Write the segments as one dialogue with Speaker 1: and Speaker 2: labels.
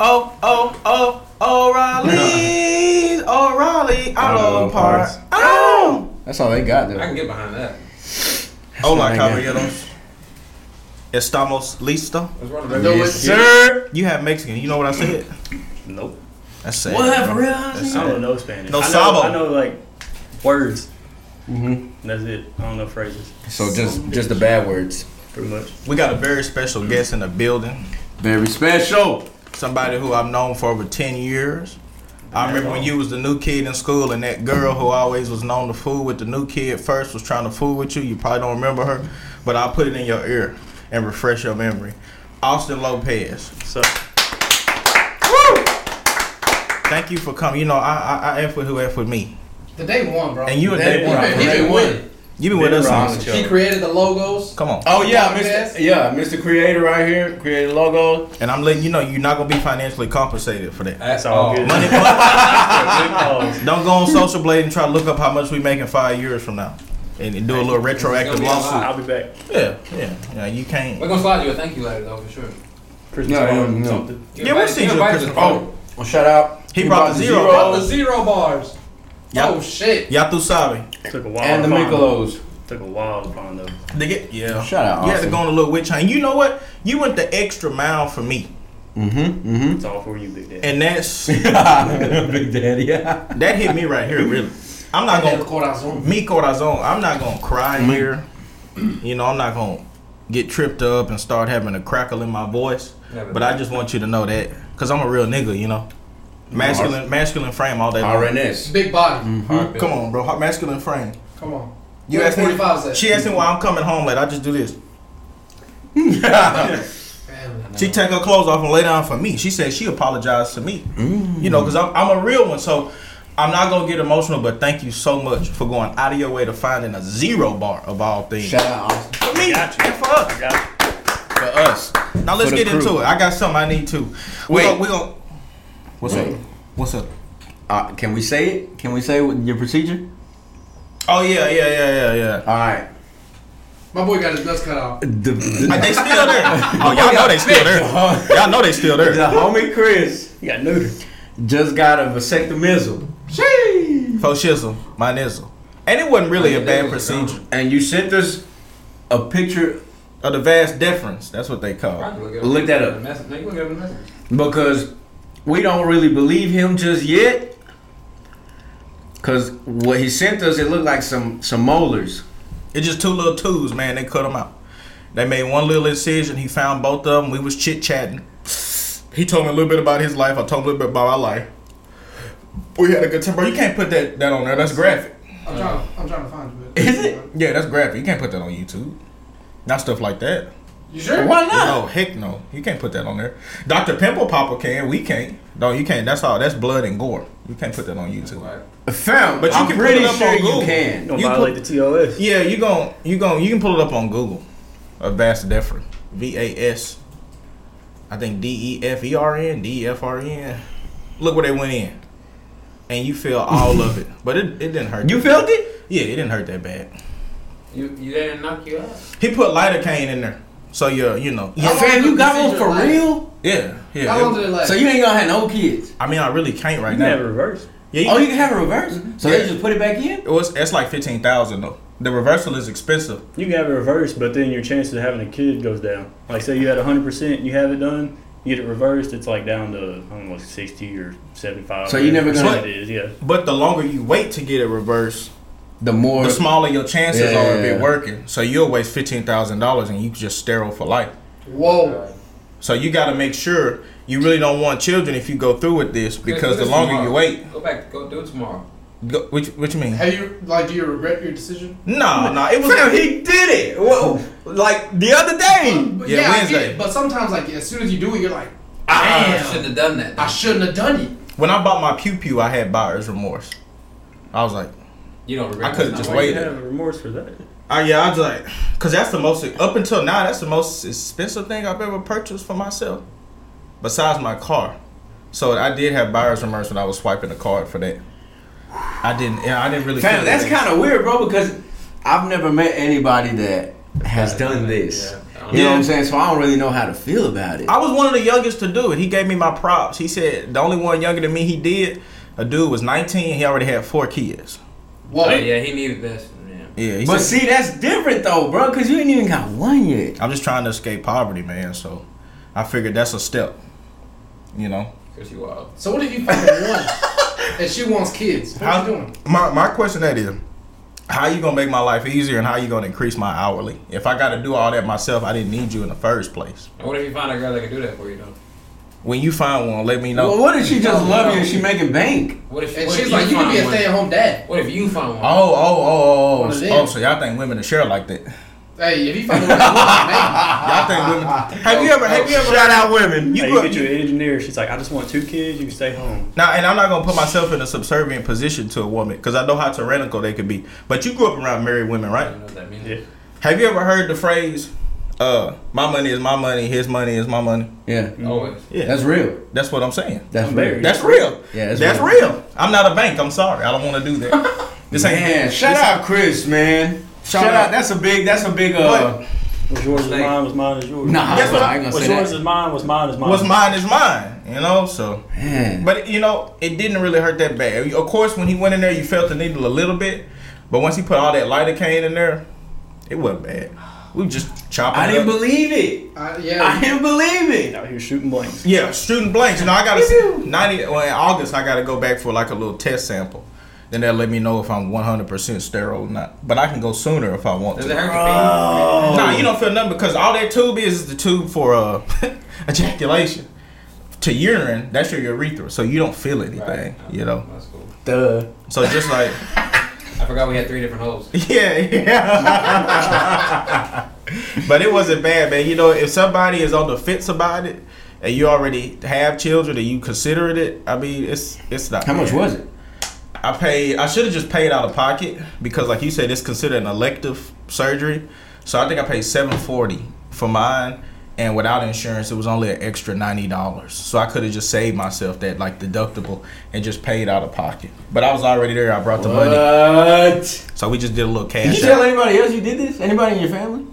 Speaker 1: oh, oh, oh, O'Reilly, O'Reilly Auto
Speaker 2: Auto
Speaker 1: Parts.
Speaker 2: Parts.
Speaker 1: Oh,
Speaker 2: That's all they got though.
Speaker 3: I can get behind that.
Speaker 1: hola
Speaker 2: That's all they
Speaker 1: caballeros. Estamos listo.
Speaker 3: Let's run the
Speaker 2: No,
Speaker 3: regular.
Speaker 2: it's sir.
Speaker 1: You have Mexican. You know what I said?
Speaker 4: Nope.
Speaker 1: That's sad.
Speaker 4: I don't know Spanish.
Speaker 1: No
Speaker 4: I know,
Speaker 1: sabo.
Speaker 4: I know like words.
Speaker 2: hmm
Speaker 4: and That's it. I don't know phrases.
Speaker 2: So just just the bad words.
Speaker 4: Pretty much.
Speaker 1: We got a very special guest in the building.
Speaker 2: Very special.
Speaker 1: Somebody who I've known for over ten years. I remember when you was the new kid in school, and that girl who always was known to fool with the new kid first was trying to fool with you. You probably don't remember her, but I'll put it in your ear and refresh your memory. Austin Lopez.
Speaker 4: So
Speaker 1: Thank you for coming. You know, I I, I F with who F with me.
Speaker 5: The day one, bro.
Speaker 1: And you and
Speaker 2: That
Speaker 1: that
Speaker 2: one.
Speaker 5: he been winning.
Speaker 1: You been with
Speaker 2: Been
Speaker 1: us
Speaker 2: around
Speaker 1: since.
Speaker 2: with
Speaker 5: He created the logos.
Speaker 1: Come on.
Speaker 2: Oh yeah,
Speaker 5: Podcast.
Speaker 2: Mr. Yeah, Mr. Creator right here. Creator logo.
Speaker 1: And I'm letting you know you're not gonna be financially compensated for that.
Speaker 3: That's
Speaker 4: It's all
Speaker 2: Uh,
Speaker 3: all
Speaker 4: good.
Speaker 1: Money
Speaker 4: Oh,
Speaker 1: don't go on Social Blade and try to look up how much we make in five years from now. And do a little retroactive
Speaker 3: It's gonna be a
Speaker 1: lawsuit.
Speaker 3: lot.
Speaker 4: I'll be back.
Speaker 1: Yeah, yeah. Yeah, you can't
Speaker 3: We're gonna slide you a thank you letter though for sure.
Speaker 4: Christmas
Speaker 2: No,
Speaker 4: party,
Speaker 2: no.
Speaker 4: something.
Speaker 3: You
Speaker 1: Yeah,
Speaker 3: invited-
Speaker 1: we'll send you a
Speaker 3: invited
Speaker 1: Christmas
Speaker 3: us.
Speaker 2: Oh, well, shout out.
Speaker 1: He brought the zero.
Speaker 3: Brought the zero bars.
Speaker 1: Yeah.
Speaker 5: Oh shit.
Speaker 1: Y'all through sorry.
Speaker 4: Took a while.
Speaker 2: and the
Speaker 4: to find them.
Speaker 2: Mikolos.
Speaker 4: Took a while to find them.
Speaker 1: They get yeah.
Speaker 2: Shout out.
Speaker 1: You had to go on a little witch hunt. You know what? You went the extra mile for me,
Speaker 2: Mm-hmm. Mm-hmm.
Speaker 4: It's all for you, big daddy.
Speaker 1: and that's
Speaker 2: Big Daddy. Yeah.
Speaker 1: that hit me right here. Really, I'm not
Speaker 5: Del
Speaker 1: gonna
Speaker 5: corazón.
Speaker 1: mi corazon. I'm not gonna cry here. You know, I'm not gonna get tripped up and start having a crackle in my voice.
Speaker 3: Never.
Speaker 1: But I just want you to know that, cause I'm a real nigga. You know, masculine, masculine frame all day. long.
Speaker 2: RNS.
Speaker 5: Big body.
Speaker 3: Heartbeat.
Speaker 1: Mm-hmm. Come on, bro. Hot Masculine frame.
Speaker 5: Come on.
Speaker 1: You
Speaker 5: What
Speaker 1: asked me-
Speaker 5: 45 said?
Speaker 1: She asked me why I'm coming home late. I just do this.
Speaker 5: Family.
Speaker 1: She take her clothes off and lay down for me. She said she apologized to me. You know, because I'm, I'm a real one. So I'm not going to get emotional, but thank you so much for going out of your way to finding a zero bar of all things.
Speaker 2: Shout out Austin.
Speaker 1: for me
Speaker 4: Got you.
Speaker 1: and for us.
Speaker 4: I got it.
Speaker 2: for us.
Speaker 1: Now let's
Speaker 2: For the
Speaker 1: get into
Speaker 2: crew.
Speaker 1: it. I got something I need to.
Speaker 2: Wait.
Speaker 1: We're going to. What's
Speaker 2: Wait.
Speaker 1: up? What's up?
Speaker 2: Uh, can we say it? Can we say what your procedure?
Speaker 1: Oh, yeah, yeah, yeah, yeah, yeah.
Speaker 2: All right.
Speaker 5: My boy got his nuts cut off.
Speaker 2: The, the-
Speaker 1: They still there. Oh, y'all know they still there. Y'all know they still
Speaker 2: the
Speaker 1: there.
Speaker 2: homie Chris
Speaker 4: You got neutered.
Speaker 2: just got a vasectomism. Sheesh.
Speaker 1: For shizzle, my nizzle. And it wasn't really a bad procedure.
Speaker 2: And you sent us a picture
Speaker 1: Of the vast deference. That's what they call it.
Speaker 2: Look that up.
Speaker 3: Message. No, you gonna give him a message.
Speaker 2: because we don't really believe him just yet. Cause what he sent us, it looked like some some molars.
Speaker 1: It's just two little twos, man. They cut them out. They made one little incision. He found both of them. We was chit chatting. He told me a little bit about his life. I told him a little bit about my life. We had a good time, bro. You can't put that, that on there. That's graphic.
Speaker 5: I'm trying. I'm trying to find you. but-
Speaker 2: Is it?
Speaker 1: Yeah, that's graphic. You can't put that on YouTube. Not stuff like that.
Speaker 5: You sure?
Speaker 1: No, heck no. You can't put that on there. Dr. Pimple Popper can. We can't. No, you can't. That's all. That's blood and gore. You can't put that on YouTube.
Speaker 3: Like,
Speaker 2: Fam,
Speaker 1: But
Speaker 2: but
Speaker 1: you
Speaker 2: I'm
Speaker 1: can
Speaker 2: pretty
Speaker 1: put it up
Speaker 2: sure
Speaker 1: on
Speaker 2: you
Speaker 1: Google.
Speaker 2: can.
Speaker 4: Don't
Speaker 1: You
Speaker 4: violate the TOS.
Speaker 1: Yeah, you gon' you gon' you can pull it up on Google. A vast deferent. V A S. I think D E F E R N D E F R N. Look where they went in, and you feel all of it, but it, it didn't hurt.
Speaker 2: You
Speaker 1: that
Speaker 2: felt it?
Speaker 1: bad. Yeah, it didn't hurt that bad.
Speaker 3: you, you they didn't knock you out.
Speaker 1: He put lidocaine in there, so you you know
Speaker 5: How long
Speaker 2: Fam,
Speaker 5: did
Speaker 2: you
Speaker 5: the
Speaker 2: got one
Speaker 5: procedure
Speaker 2: for
Speaker 5: last?
Speaker 2: real?
Speaker 1: yeah
Speaker 5: How long
Speaker 1: yeah.
Speaker 5: did
Speaker 1: It-
Speaker 5: it last?
Speaker 2: So you ain't gonna have no kids.
Speaker 1: I mean, I really can't right
Speaker 4: You
Speaker 1: now.
Speaker 4: never reverse.
Speaker 1: Yeah, you,
Speaker 2: Oh, you can have a reverse. So
Speaker 1: Yeah.
Speaker 2: they just put it back in?
Speaker 1: it was it's like fifteen thousand though. The reversal is expensive.
Speaker 4: You can have it reversed, but then your chances of having a kid goes down. Like say you had 100%, you have it done, you get it reversed, it's like down to I don't know, 60 or 75.
Speaker 2: So you never
Speaker 4: whatever
Speaker 2: gonna-
Speaker 4: percent it is, yeah.
Speaker 1: But the longer you wait to get it reversed,
Speaker 2: The more
Speaker 1: the smaller your chances
Speaker 2: Yeah.
Speaker 1: are of it working. So you'll waste fifteen thousand dollars and you just sterile for life.
Speaker 5: Whoa.
Speaker 1: So you got to make sure you really don't want children if you go through with this because the
Speaker 3: do this
Speaker 1: longer
Speaker 3: tomorrow.
Speaker 1: you wait,
Speaker 3: Go back. Go do it tomorrow.
Speaker 1: go, what, you- what you mean?
Speaker 5: Have you like? Do you regret your decision?
Speaker 1: No, no, it was
Speaker 2: Fam, he did it. Whoa. Like the other day.
Speaker 5: But I
Speaker 1: Yeah,
Speaker 5: get
Speaker 1: Wednesday.
Speaker 5: it, but sometimes, like, as soon as you do it, you're like,
Speaker 3: I
Speaker 5: Damn.
Speaker 3: shouldn't have done that.
Speaker 5: I shouldn't have done it.
Speaker 1: when I bought my pew pew, I had buyer's remorse. I was like,
Speaker 3: you don't regret.
Speaker 1: I could've
Speaker 3: this
Speaker 1: just
Speaker 3: now,
Speaker 4: Why
Speaker 3: right?
Speaker 4: you
Speaker 1: waited.
Speaker 4: have remorse for that?
Speaker 1: oh yeah, I was like, cause that's the most up until now that's the most expensive thing I've ever purchased for myself, besides my car. So I did have buyer's remorse when I was swiping the card for that. I didn't. Yeah, I didn't really.
Speaker 2: Fam,
Speaker 1: feel
Speaker 2: that's
Speaker 1: it.
Speaker 2: kind of weird, bro, because I've never met anybody that has done this.
Speaker 3: Yeah.
Speaker 2: You know what I'm saying? So I don't really know how to feel about it.
Speaker 1: I was one of the youngest to do it. He gave me my props. He said the only one younger than me he did, a dude was 19. He already had four kids.
Speaker 5: Whoa.
Speaker 3: Oh, yeah, he needed this. Man.
Speaker 1: Yeah, he
Speaker 2: But
Speaker 1: said,
Speaker 2: see, that's different though, bro, because you ain't even got one yet.
Speaker 1: I'm just trying to escape poverty, man. So I figured that's a step. You know,
Speaker 3: Cause you wild.
Speaker 5: So what if you fucking won? and she wants kids. What
Speaker 1: How-
Speaker 5: you doing?
Speaker 1: my my question that is, how you gonna make my life easier and how you gonna increase my hourly? If I got to do all that myself, I didn't need you in the first place.
Speaker 3: And what if you find a girl that can do that for you though?
Speaker 1: When you find one, let me know.
Speaker 2: Well, what if she just
Speaker 5: No,
Speaker 2: love
Speaker 5: no.
Speaker 2: you and she making bank?
Speaker 3: What if?
Speaker 5: And
Speaker 3: what
Speaker 5: she's
Speaker 3: if
Speaker 5: like, you could be a
Speaker 3: find one?
Speaker 5: stay-at-home dad.
Speaker 3: What if you find one?
Speaker 1: Oh, oh, oh,
Speaker 5: One of
Speaker 1: oh,
Speaker 5: them.
Speaker 1: oh! So y'all think women are share like that?
Speaker 5: Hey, if you find a woman, man,
Speaker 1: Y'all think women? Have you ever? Have you ever?
Speaker 2: Shout out women.
Speaker 1: You
Speaker 4: hey,
Speaker 1: go-
Speaker 4: you get you an engineer. She's like, I just want two kids. You can stay home.
Speaker 1: Now, and I'm not gonna put myself in a subservient position to a woman because I know how tyrannical they could be. But you grew up around married women,
Speaker 3: I don't
Speaker 1: right?
Speaker 3: know what that means.
Speaker 4: Yeah.
Speaker 1: Have you ever heard the phrase, uh, "My money is my money, his money is my money"?
Speaker 2: Yeah,
Speaker 3: Always.
Speaker 1: Yeah,
Speaker 2: that's real.
Speaker 1: that's what I'm saying.
Speaker 2: That's
Speaker 4: I'm
Speaker 2: real.
Speaker 4: married.
Speaker 1: That's real.
Speaker 2: Yeah,
Speaker 1: that's,
Speaker 2: that's
Speaker 1: real.
Speaker 2: real.
Speaker 1: I'm not a bank. I'm sorry. I don't want to do that. this ain't.
Speaker 2: Man, shout
Speaker 1: this-
Speaker 2: out Chris, man. Shout,
Speaker 1: Shout
Speaker 2: out.
Speaker 1: out.
Speaker 2: That's a big. That's a big. Uh,
Speaker 4: What's yours is
Speaker 3: Like-
Speaker 4: mine. What's mine is yours.
Speaker 2: Nah,
Speaker 1: Guess what?
Speaker 2: I ain't gonna
Speaker 4: What's
Speaker 2: say
Speaker 4: yours
Speaker 2: that.
Speaker 4: is mine. What's mine is mine.
Speaker 1: What's mine is mine. You know, so.
Speaker 2: Man.
Speaker 1: But you know, it didn't really hurt that bad. Of course, when he went in there, you felt the needle a little bit, but once he put all that lidocaine in there, it wasn't bad. We just chopping.
Speaker 2: I
Speaker 1: it
Speaker 2: didn't
Speaker 1: up.
Speaker 2: believe it.
Speaker 5: I, I,
Speaker 2: I
Speaker 5: Uh, yeah.
Speaker 2: didn't believe it.
Speaker 4: Out here shooting blanks.
Speaker 1: Yeah, shooting blanks. You know, I got to ninety. Well, in August, I got to go back for like a little test sample. Then they'll let me know if I'm 100% sterile or not. But I can go sooner if I want
Speaker 3: Does
Speaker 1: to.
Speaker 3: it hurt
Speaker 2: Bro.
Speaker 1: Nah, you don't feel nothing because all that tube is is the tube for uh, ejaculation. To urine, that's your urethra, so you don't feel anything.
Speaker 3: your pain? Right.
Speaker 1: You know,
Speaker 3: Oh, That's cool.
Speaker 2: Duh.
Speaker 1: so just like.
Speaker 3: I forgot we had three different holes.
Speaker 1: Yeah, yeah. but it wasn't bad, man. You know, if somebody is on the fence about it and you already have children and you consider it, I mean, it's it's not.
Speaker 2: How much
Speaker 1: bad.
Speaker 2: was it?
Speaker 1: I paid? I should have just paid out of pocket because, like you said, it's considered an elective surgery. So I think I paid seven forty for mine, and without insurance, it was only an extra ninety dollars. So I could have just saved myself that like deductible and just paid out of pocket. But I was already there. I brought the money,
Speaker 2: What?
Speaker 1: so we just did a little cash.
Speaker 2: Did you
Speaker 1: out.
Speaker 2: tell anybody else you did this? Anybody in your family?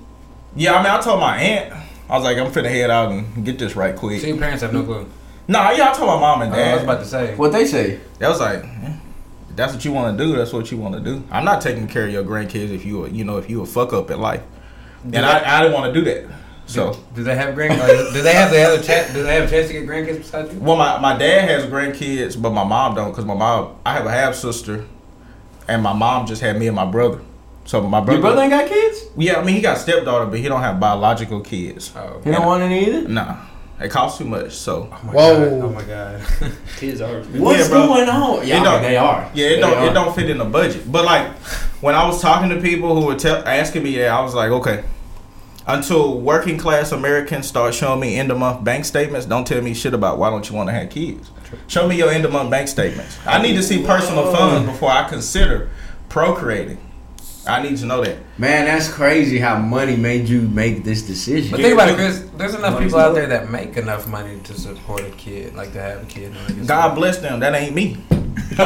Speaker 1: Yeah, I mean, I told my aunt. I was like, I'm finna head out and get this right quick.
Speaker 3: So your parents have no clue.
Speaker 1: nah, yeah, I told my mom and
Speaker 3: I was
Speaker 1: dad.
Speaker 3: about to say.
Speaker 2: What they say?
Speaker 1: That was like, eh, if that's what you want to do. That's what you want to do. I'm not taking care of your grandkids if you, a- you know, if you a fuck up in life. And I, I didn't want to do that. So,
Speaker 3: Do they have grand? Or do they have the other chat? Do they have a chance to get grandkids besides you?
Speaker 1: well, my, my dad has grandkids, but my mom don't, cause my mom, I have a half sister, and my mom just had me and my brother. So my brother,
Speaker 2: Your brother ain't got kids?
Speaker 1: yeah, I mean, he got stepdaughter, but he don't have biological kids.
Speaker 3: Oh.
Speaker 2: He don't want any either?
Speaker 1: Nah, it costs too much. So
Speaker 3: Oh my
Speaker 5: Whoa.
Speaker 3: God. Oh my god.
Speaker 4: Kids are.
Speaker 2: What's
Speaker 1: bro.
Speaker 2: going on?
Speaker 1: It
Speaker 2: Yeah, I
Speaker 1: don't-
Speaker 2: mean, they are.
Speaker 1: Yeah, it
Speaker 2: They
Speaker 1: don't
Speaker 2: are.
Speaker 1: it don't fit in the budget. But like when I was talking to people who were tell asking me that, I was like, okay. Until working class Americans start showing me end of month bank statements, don't tell me shit about why don't you want to have kids. Show me your end of month bank statements. I need to see personal funds before I consider procreating. I need to know that.
Speaker 2: Man, that's crazy how money made you make this decision.
Speaker 3: But think about it, Chris. There's enough people out there that make enough money to support a kid, like to have a kid. and all that good
Speaker 1: God
Speaker 3: stuff.
Speaker 1: bless them. That ain't me.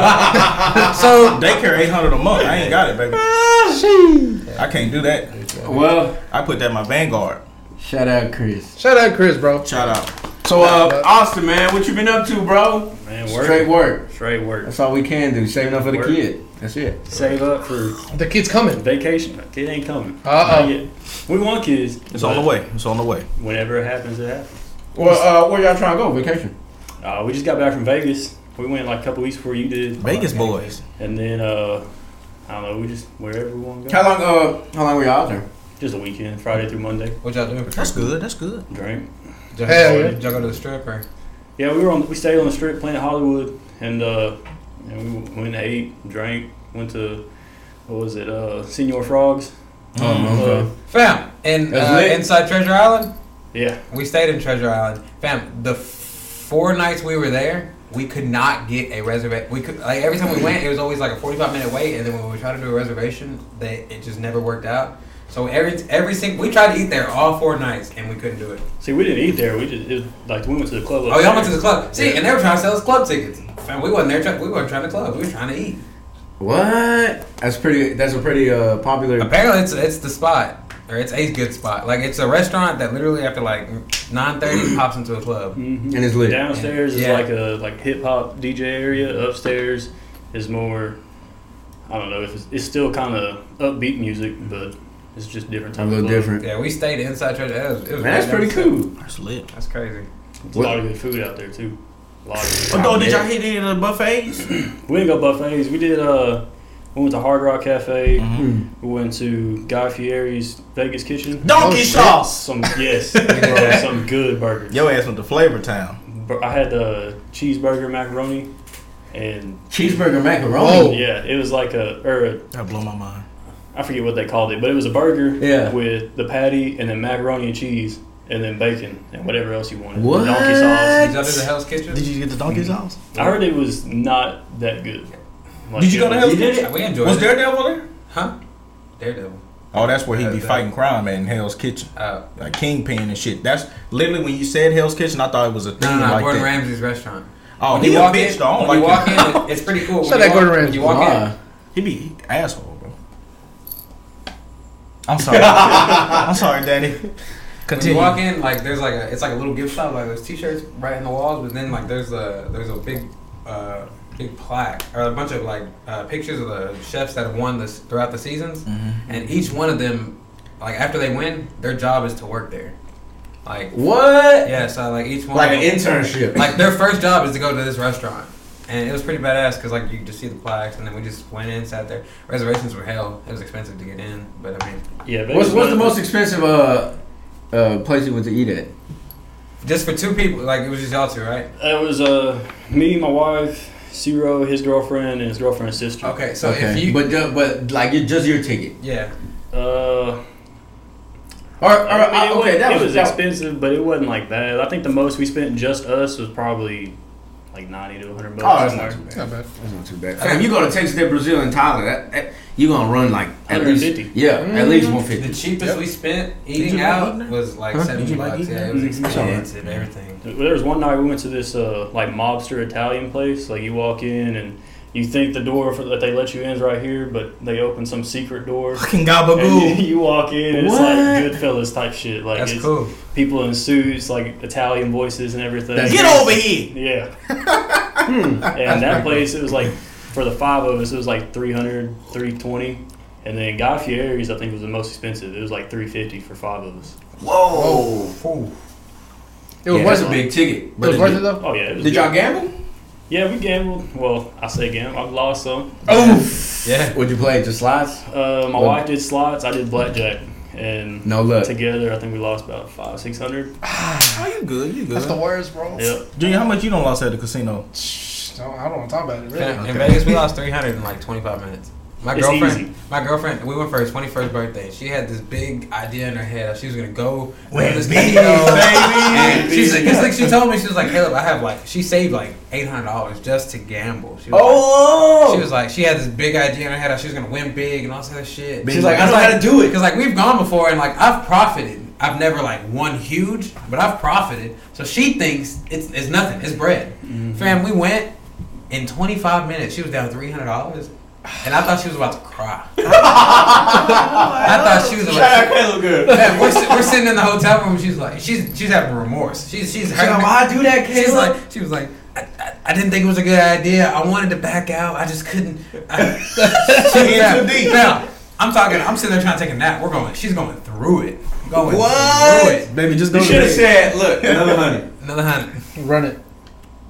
Speaker 3: So
Speaker 1: Daycare eight hundred a month. I ain't got it, baby. I can't do that.
Speaker 2: Well,
Speaker 1: I put that in my vanguard.
Speaker 2: shout out Chris.
Speaker 5: Shout out Chris, bro.
Speaker 1: Shout out.
Speaker 2: So, uh, Austin, man, what you been up to, bro?
Speaker 4: Man, work.
Speaker 2: Straight work.
Speaker 4: Straight work.
Speaker 2: That's all we can do. Saving up for the
Speaker 4: Work.
Speaker 2: kid. That's it.
Speaker 4: Save up for
Speaker 5: The kid's coming.
Speaker 4: vacation. Kid ain't coming.
Speaker 5: Uh-oh.
Speaker 4: Not yet. We want kids.
Speaker 1: It's on the
Speaker 4: but
Speaker 1: way. It's on the way.
Speaker 4: Whenever it happens, it happens.
Speaker 2: Well, uh, where y'all trying to go? Vacation.
Speaker 4: Uh, we just got back from Vegas. We went like a couple weeks before you did.
Speaker 1: Vegas boys.
Speaker 4: And then uh, I don't know. We just wherever we want to go.
Speaker 2: How long? Uh, how long were y'all out there?
Speaker 4: Just a weekend, Friday through Monday.
Speaker 3: what y'all doing? For
Speaker 1: That's good. That's good.
Speaker 4: Drink.
Speaker 3: Did
Speaker 5: Hell
Speaker 3: y'all,
Speaker 5: yeah.
Speaker 3: did y'all go to the strip or?
Speaker 4: Yeah, we were on. We stayed on the strip, Planet Hollywood, and uh, and we went and ate, drank, went to what was it? Uh, Senor Frogs.
Speaker 2: Oh, okay.
Speaker 3: Fam, in
Speaker 2: That's
Speaker 3: uh,
Speaker 2: lit.
Speaker 3: inside Treasure Island,
Speaker 4: Uh, yeah,
Speaker 3: we stayed in Treasure Island. Fam, the f- four nights we were there, we could not get a reservation. We could like every time we went, it was always like a forty-five minute wait, and then when we tried to do a reservation, they it just never worked out. So every every single we tried to eat there all four nights, and we couldn't do it.
Speaker 4: see, we didn't eat there. We just it was, like we went to the club.
Speaker 3: Oh, y'all went to the club. See, and they were trying to sell us club tickets. Fam, we wasn't there. Try- we weren't trying to club. We were trying to eat.
Speaker 2: What? That's pretty. That's a pretty uh popular.
Speaker 3: Apparently, it's it's the spot. or it's a good spot. Like it's a restaurant that literally after like nine thirty pops into a club.
Speaker 4: Mm-hmm.
Speaker 2: And it's lit.
Speaker 4: Downstairs
Speaker 3: Yeah.
Speaker 4: is like a like hip hop DJ area. Upstairs is more. I don't know if it's, it's still kind of upbeat music, but it's just different
Speaker 2: A
Speaker 4: type.
Speaker 2: little
Speaker 4: of club.
Speaker 2: different.
Speaker 3: Yeah, we stayed inside church. That was- it was
Speaker 2: Man, that's
Speaker 3: great.
Speaker 2: pretty cool.
Speaker 1: That's lit.
Speaker 3: That's crazy.
Speaker 4: It's a lot of good food out there too. A lot of good.
Speaker 1: Oh, dog, did y'all hit any of the buffets?
Speaker 4: We didn't go buffets. We did. Uh, we went to Hard Rock Cafe. We went to Guy Fieri's Vegas Kitchen.
Speaker 1: Donkey
Speaker 2: Oh,
Speaker 1: sauce.
Speaker 4: Some yes, bro, some good burgers.
Speaker 1: Yo ass went to Flavor Town.
Speaker 4: Bro, I had the cheeseburger macaroni, and
Speaker 2: Cheeseburger
Speaker 5: Whoa.
Speaker 2: macaroni.
Speaker 4: yeah, it was like a or a,
Speaker 1: That blew my mind.
Speaker 4: I forget what they called it, but it was a burger
Speaker 2: Yeah.
Speaker 4: with the patty and then macaroni and cheese and then bacon and whatever else you wanted.
Speaker 2: What?
Speaker 4: Donkey sauce.
Speaker 3: Did y'all do the Hell's Kitchen?
Speaker 1: Did you get the donkey sauce?
Speaker 4: I heard it was not that good. Like,
Speaker 1: Did you
Speaker 4: it
Speaker 1: go to
Speaker 4: was-
Speaker 1: Hell's
Speaker 4: You did
Speaker 1: Kitchen?
Speaker 4: it?
Speaker 3: we enjoyed
Speaker 1: Was
Speaker 3: it.
Speaker 1: Daredevil there?
Speaker 3: Huh? Daredevil.
Speaker 1: Oh, that's where he be
Speaker 3: Uh,
Speaker 1: fighting crime at in Hell's Kitchen.
Speaker 3: Uh,
Speaker 1: Like Kingpin and shit. That's literally when you said Hell's Kitchen, I thought it was a thing
Speaker 3: no, no, no,
Speaker 1: like
Speaker 3: Gordon
Speaker 1: that.
Speaker 3: Ramsay's restaurant.
Speaker 1: Oh,
Speaker 3: When
Speaker 1: he a
Speaker 3: walk
Speaker 1: bitch
Speaker 3: in-
Speaker 1: though. I
Speaker 3: When
Speaker 1: don't
Speaker 3: you
Speaker 1: like
Speaker 3: walk
Speaker 1: him.
Speaker 3: in, it's pretty cool.
Speaker 5: Shut
Speaker 3: When
Speaker 5: that
Speaker 3: you
Speaker 5: Gordon
Speaker 3: walk- when
Speaker 5: Ramsay
Speaker 3: You walk in.
Speaker 2: Why?
Speaker 1: He be he asshole, bro. I'm sorry. I'm sorry, Daddy.
Speaker 3: When you
Speaker 1: Continue.
Speaker 3: walk in, like there's like a, it's like a little gift shop. Like there's t-shirts right in the walls, but then like there's a, there's a big, uh, big plaque or a bunch of like uh, pictures of the chefs that have won this throughout the seasons,
Speaker 1: Mm-hmm.
Speaker 3: and each one of them, like after they win, their job is to work there. Like
Speaker 2: What?
Speaker 3: yeah, so like each one
Speaker 2: Like an
Speaker 3: of them-
Speaker 2: internship.
Speaker 3: like their first job is to go to this restaurant, and it was pretty badass because like you could just see the plaques, and then we just went in, sat there. Reservations were hell. It was expensive to get in, but I mean,
Speaker 4: Yeah, but it
Speaker 2: what's
Speaker 4: was
Speaker 2: what's the
Speaker 4: one of-
Speaker 2: most expensive uh uh place you went to eat at?
Speaker 3: just for two people, like it was just y'all two, right?
Speaker 4: That was uh, me, my wife, Ciro, his girlfriend, and his girlfriend's sister.
Speaker 3: Okay, so
Speaker 2: okay.
Speaker 3: if you
Speaker 2: but ju- but like you just your ticket.
Speaker 3: yeah.
Speaker 4: Uh,
Speaker 2: Or, or
Speaker 4: I mean,
Speaker 2: uh,
Speaker 4: it
Speaker 2: okay,
Speaker 4: was,
Speaker 2: that
Speaker 4: it
Speaker 2: was,
Speaker 4: was expensive, but it wasn't like that. I think the most we spent just us was probably like ninety to hundred bucks.
Speaker 2: Oh, that's not
Speaker 4: somewhere.
Speaker 2: too bad.
Speaker 5: Not bad.
Speaker 2: That's not too bad. Fam, you go to Texas, Day, Brazil, and Thailand, that, that, you gonna run like at least
Speaker 4: 150.
Speaker 2: yeah, at least one
Speaker 3: The
Speaker 2: fifty.
Speaker 3: cheapest we spent
Speaker 1: Did you
Speaker 3: eating
Speaker 1: like
Speaker 3: out
Speaker 1: eating
Speaker 3: was like
Speaker 1: Huh? Did
Speaker 3: seventy
Speaker 1: you like
Speaker 3: bucks.
Speaker 1: eating
Speaker 3: yeah, it was
Speaker 4: Mhm.
Speaker 2: It's all right.
Speaker 3: expensive, everything.
Speaker 4: There was one night we went to this uh, like mobster Italian place. Like you walk in and you think the door for, that they let you in is right here, but they open some secret door.
Speaker 1: Fucking
Speaker 4: And
Speaker 1: gabagool.
Speaker 4: you, you walk in and
Speaker 2: What?
Speaker 4: it's like Goodfellas type shit. Like
Speaker 3: That's
Speaker 4: it's
Speaker 3: cool.
Speaker 4: people in suits, like Italian voices and everything.
Speaker 2: That's-
Speaker 1: Get over here.
Speaker 4: Yeah. Hmm. and that place, it was like, for the five of us, it was like 300, 320. And then Guy Fieri's, I think, was the most expensive. It was like 350 for five of us.
Speaker 1: Whoa.
Speaker 3: Ooh.
Speaker 5: It was worth
Speaker 2: yeah, that's a
Speaker 5: it.
Speaker 2: big ticket.
Speaker 5: It was worth it
Speaker 2: Did,
Speaker 5: though.
Speaker 4: Oh, yeah. It was
Speaker 2: did y'all
Speaker 4: good.
Speaker 2: gamble?
Speaker 4: Yeah, we gambled. Well, I say gamble. I lost some.
Speaker 2: Oof.
Speaker 3: Yeah.
Speaker 2: Would you play just slots?
Speaker 4: Uh, my
Speaker 2: What?
Speaker 4: wife did slots. I did blackjack. And
Speaker 2: No luck.
Speaker 4: together, I think we lost about five, 600.
Speaker 1: Oh, you good? You
Speaker 5: That's the
Speaker 1: good?
Speaker 5: worst, bro.
Speaker 4: Yep.
Speaker 1: Junior, how much you don't lost at the casino?
Speaker 5: Shh, don't- I don't want to talk about it. Really.
Speaker 3: In Vegas, we lost three hundred in like twenty five minutes. My
Speaker 4: It's
Speaker 3: girlfriend,
Speaker 4: easy.
Speaker 3: my girlfriend, we went for her twenty first birthday. She had this big idea in her head. She was gonna go
Speaker 1: Went
Speaker 3: to this
Speaker 1: big,
Speaker 3: casino.
Speaker 1: baby.
Speaker 3: And she's like, it's like she told me she was like, Caleb, I have like she saved like eight hundred dollars just to gamble. She was like-
Speaker 2: Oh,
Speaker 3: She was like, she had this big idea in her head. how She was gonna win big and all this other shit.
Speaker 2: She's like, I don't know how to do it.
Speaker 3: because like we've gone before and like I've profited. I've never like won huge, but I've profited. So she thinks it's it's nothing. It's bread.
Speaker 2: Mm-hmm.
Speaker 3: Fam, we went in 25 minutes. She was down three hundred dollars, and I thought she was about to cry. I thought she was about. To,
Speaker 2: good.
Speaker 3: Fam, we're, si- we're sitting in the hotel room. She's like, she's she's having remorse. She's she's
Speaker 2: She's like,
Speaker 3: hurting.
Speaker 2: why do that,
Speaker 3: She's
Speaker 2: Caleb?
Speaker 3: like, she was like, I, I, I didn't think it was a good idea. I wanted to back out. I just couldn't. I,
Speaker 1: in
Speaker 3: Fam,
Speaker 1: too deep.
Speaker 3: fam, I'm talking. I'm sitting there trying to take a nap. We're going. She's going through it. Going through it.
Speaker 1: Baby, just go
Speaker 2: You
Speaker 1: to
Speaker 2: should have
Speaker 1: bed.
Speaker 2: said, look, another hundred.
Speaker 3: Another hundred.
Speaker 5: Run it.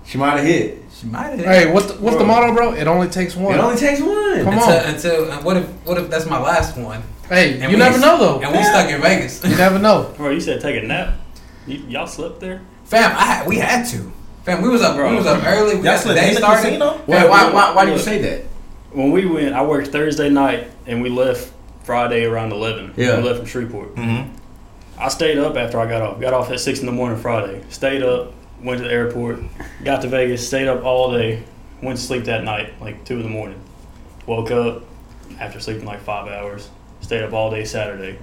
Speaker 2: She might have hit.
Speaker 3: She might have.
Speaker 5: Hey, what's the, what's the
Speaker 2: Bro.
Speaker 5: motto, bro? It only takes one.
Speaker 2: It only takes one.
Speaker 5: Come
Speaker 3: until,
Speaker 5: on.
Speaker 3: until uh, what if what if that's my last one?
Speaker 5: Hey,
Speaker 3: And
Speaker 5: you
Speaker 3: we-
Speaker 5: never know though.
Speaker 3: And we stuck in Vegas.
Speaker 5: You never know.
Speaker 4: Bro, you said take a nap. Y- y'all slept there?
Speaker 3: Fam, I had, we had to. Fam, we was up. We was up early.
Speaker 1: Y'all
Speaker 3: We got the
Speaker 1: slept
Speaker 3: day
Speaker 1: in the
Speaker 3: started.
Speaker 1: casino?
Speaker 2: Wait, why, why, why do you say that?
Speaker 4: When we went, I worked Thursday night and we left Friday around 11.
Speaker 2: Yeah.
Speaker 4: We left from Shreveport.
Speaker 1: Mm-hmm.
Speaker 4: I stayed up after I got off. Got off at 6 in the morning Friday. Stayed up, went to the airport, got to Vegas, stayed up all day, went to sleep that night, like 2 in the morning. Woke up after sleeping like five hours, stayed up all day Saturday,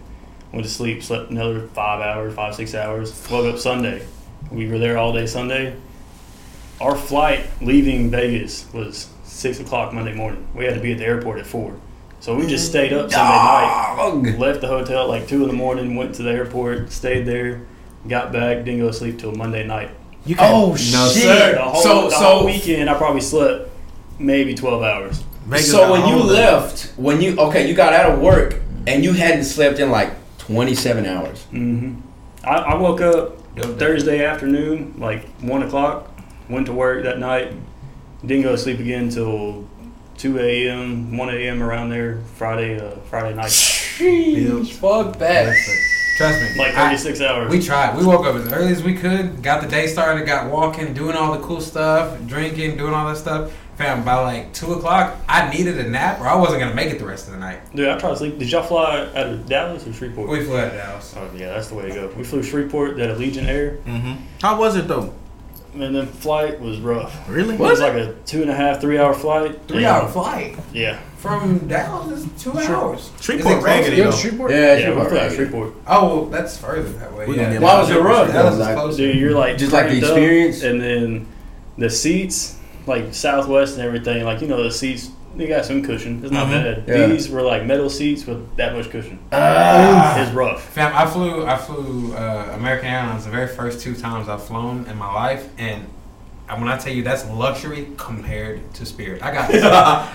Speaker 4: went to sleep, slept another five hours, five, six hours, woke up Sunday. We were there all day Sunday. Our flight leaving Vegas was 6 o'clock Monday morning. We had to be at the airport at 4. So we just stayed up Sunday night.
Speaker 2: Dog.
Speaker 4: Left the hotel at like two in the morning. Went to the airport. Stayed there. Got back. Didn't go to sleep till Monday night.
Speaker 2: You can,
Speaker 6: Oh
Speaker 2: no,
Speaker 6: shit!
Speaker 4: Sir, the whole,
Speaker 6: so
Speaker 4: the
Speaker 6: so
Speaker 4: whole weekend I probably slept maybe twelve hours.
Speaker 1: Vegas got
Speaker 2: So when you
Speaker 1: hold of-
Speaker 2: left, when you okay, you got out of work and you hadn't slept in like 27 hours.
Speaker 4: hmm I, I woke up
Speaker 3: Yep.
Speaker 4: Thursday afternoon, like one o'clock. Went to work that night. Didn't go to sleep again till two a.m., one a.m. around there. Friday, uh, Friday night,
Speaker 5: Sheesh, fuck that.
Speaker 3: Trust me.
Speaker 4: like
Speaker 3: I-
Speaker 4: thirty-six hours.
Speaker 3: We tried. We woke up as early as we could, got the day started, got walking, doing all the cool stuff, drinking, doing all that stuff. Fam, by like two o'clock, I needed a nap, or I wasn't gonna make it the rest of the night.
Speaker 4: Dude, I tried to sleep. Did y'all fly out of Dallas or Shreveport?
Speaker 3: We flew out of Dallas.
Speaker 4: oh yeah, that's the way to go. We flew Shreveport, that Allegiant Air,
Speaker 1: Mhm. How was it though?
Speaker 4: and the flight was rough.
Speaker 1: Really?
Speaker 4: It was like a two and a half, three-hour flight.
Speaker 3: Three
Speaker 4: Yeah.
Speaker 3: hour flight
Speaker 4: Yeah,
Speaker 3: from Dallas is two hours.
Speaker 1: Shreveport
Speaker 3: Is it
Speaker 1: raggedy
Speaker 5: You
Speaker 1: though.
Speaker 5: have Shreveport?
Speaker 2: Yeah,
Speaker 4: yeah, we
Speaker 2: you
Speaker 4: flew out
Speaker 2: right.
Speaker 4: of Shreveport.
Speaker 3: Oh, well, that's further that way.
Speaker 1: We
Speaker 3: yeah.
Speaker 1: gonna get
Speaker 2: Why was it rough?
Speaker 3: Dallas is
Speaker 2: though? Like,
Speaker 3: closer.
Speaker 4: Dude, you're like
Speaker 2: Just like the
Speaker 4: cramped up,
Speaker 2: experience?
Speaker 4: and then the seats, like Southwest and everything. Like you know, the seats they got some cushion. It's not
Speaker 1: Mhm.
Speaker 4: bad.
Speaker 2: Yeah.
Speaker 4: These were like metal seats with that much cushion. it's rough.
Speaker 3: Fam, I flew. I flew uh, American Airlines the very first two times I've flown in my life, and I- when I tell you that's luxury compared to Spirit, I got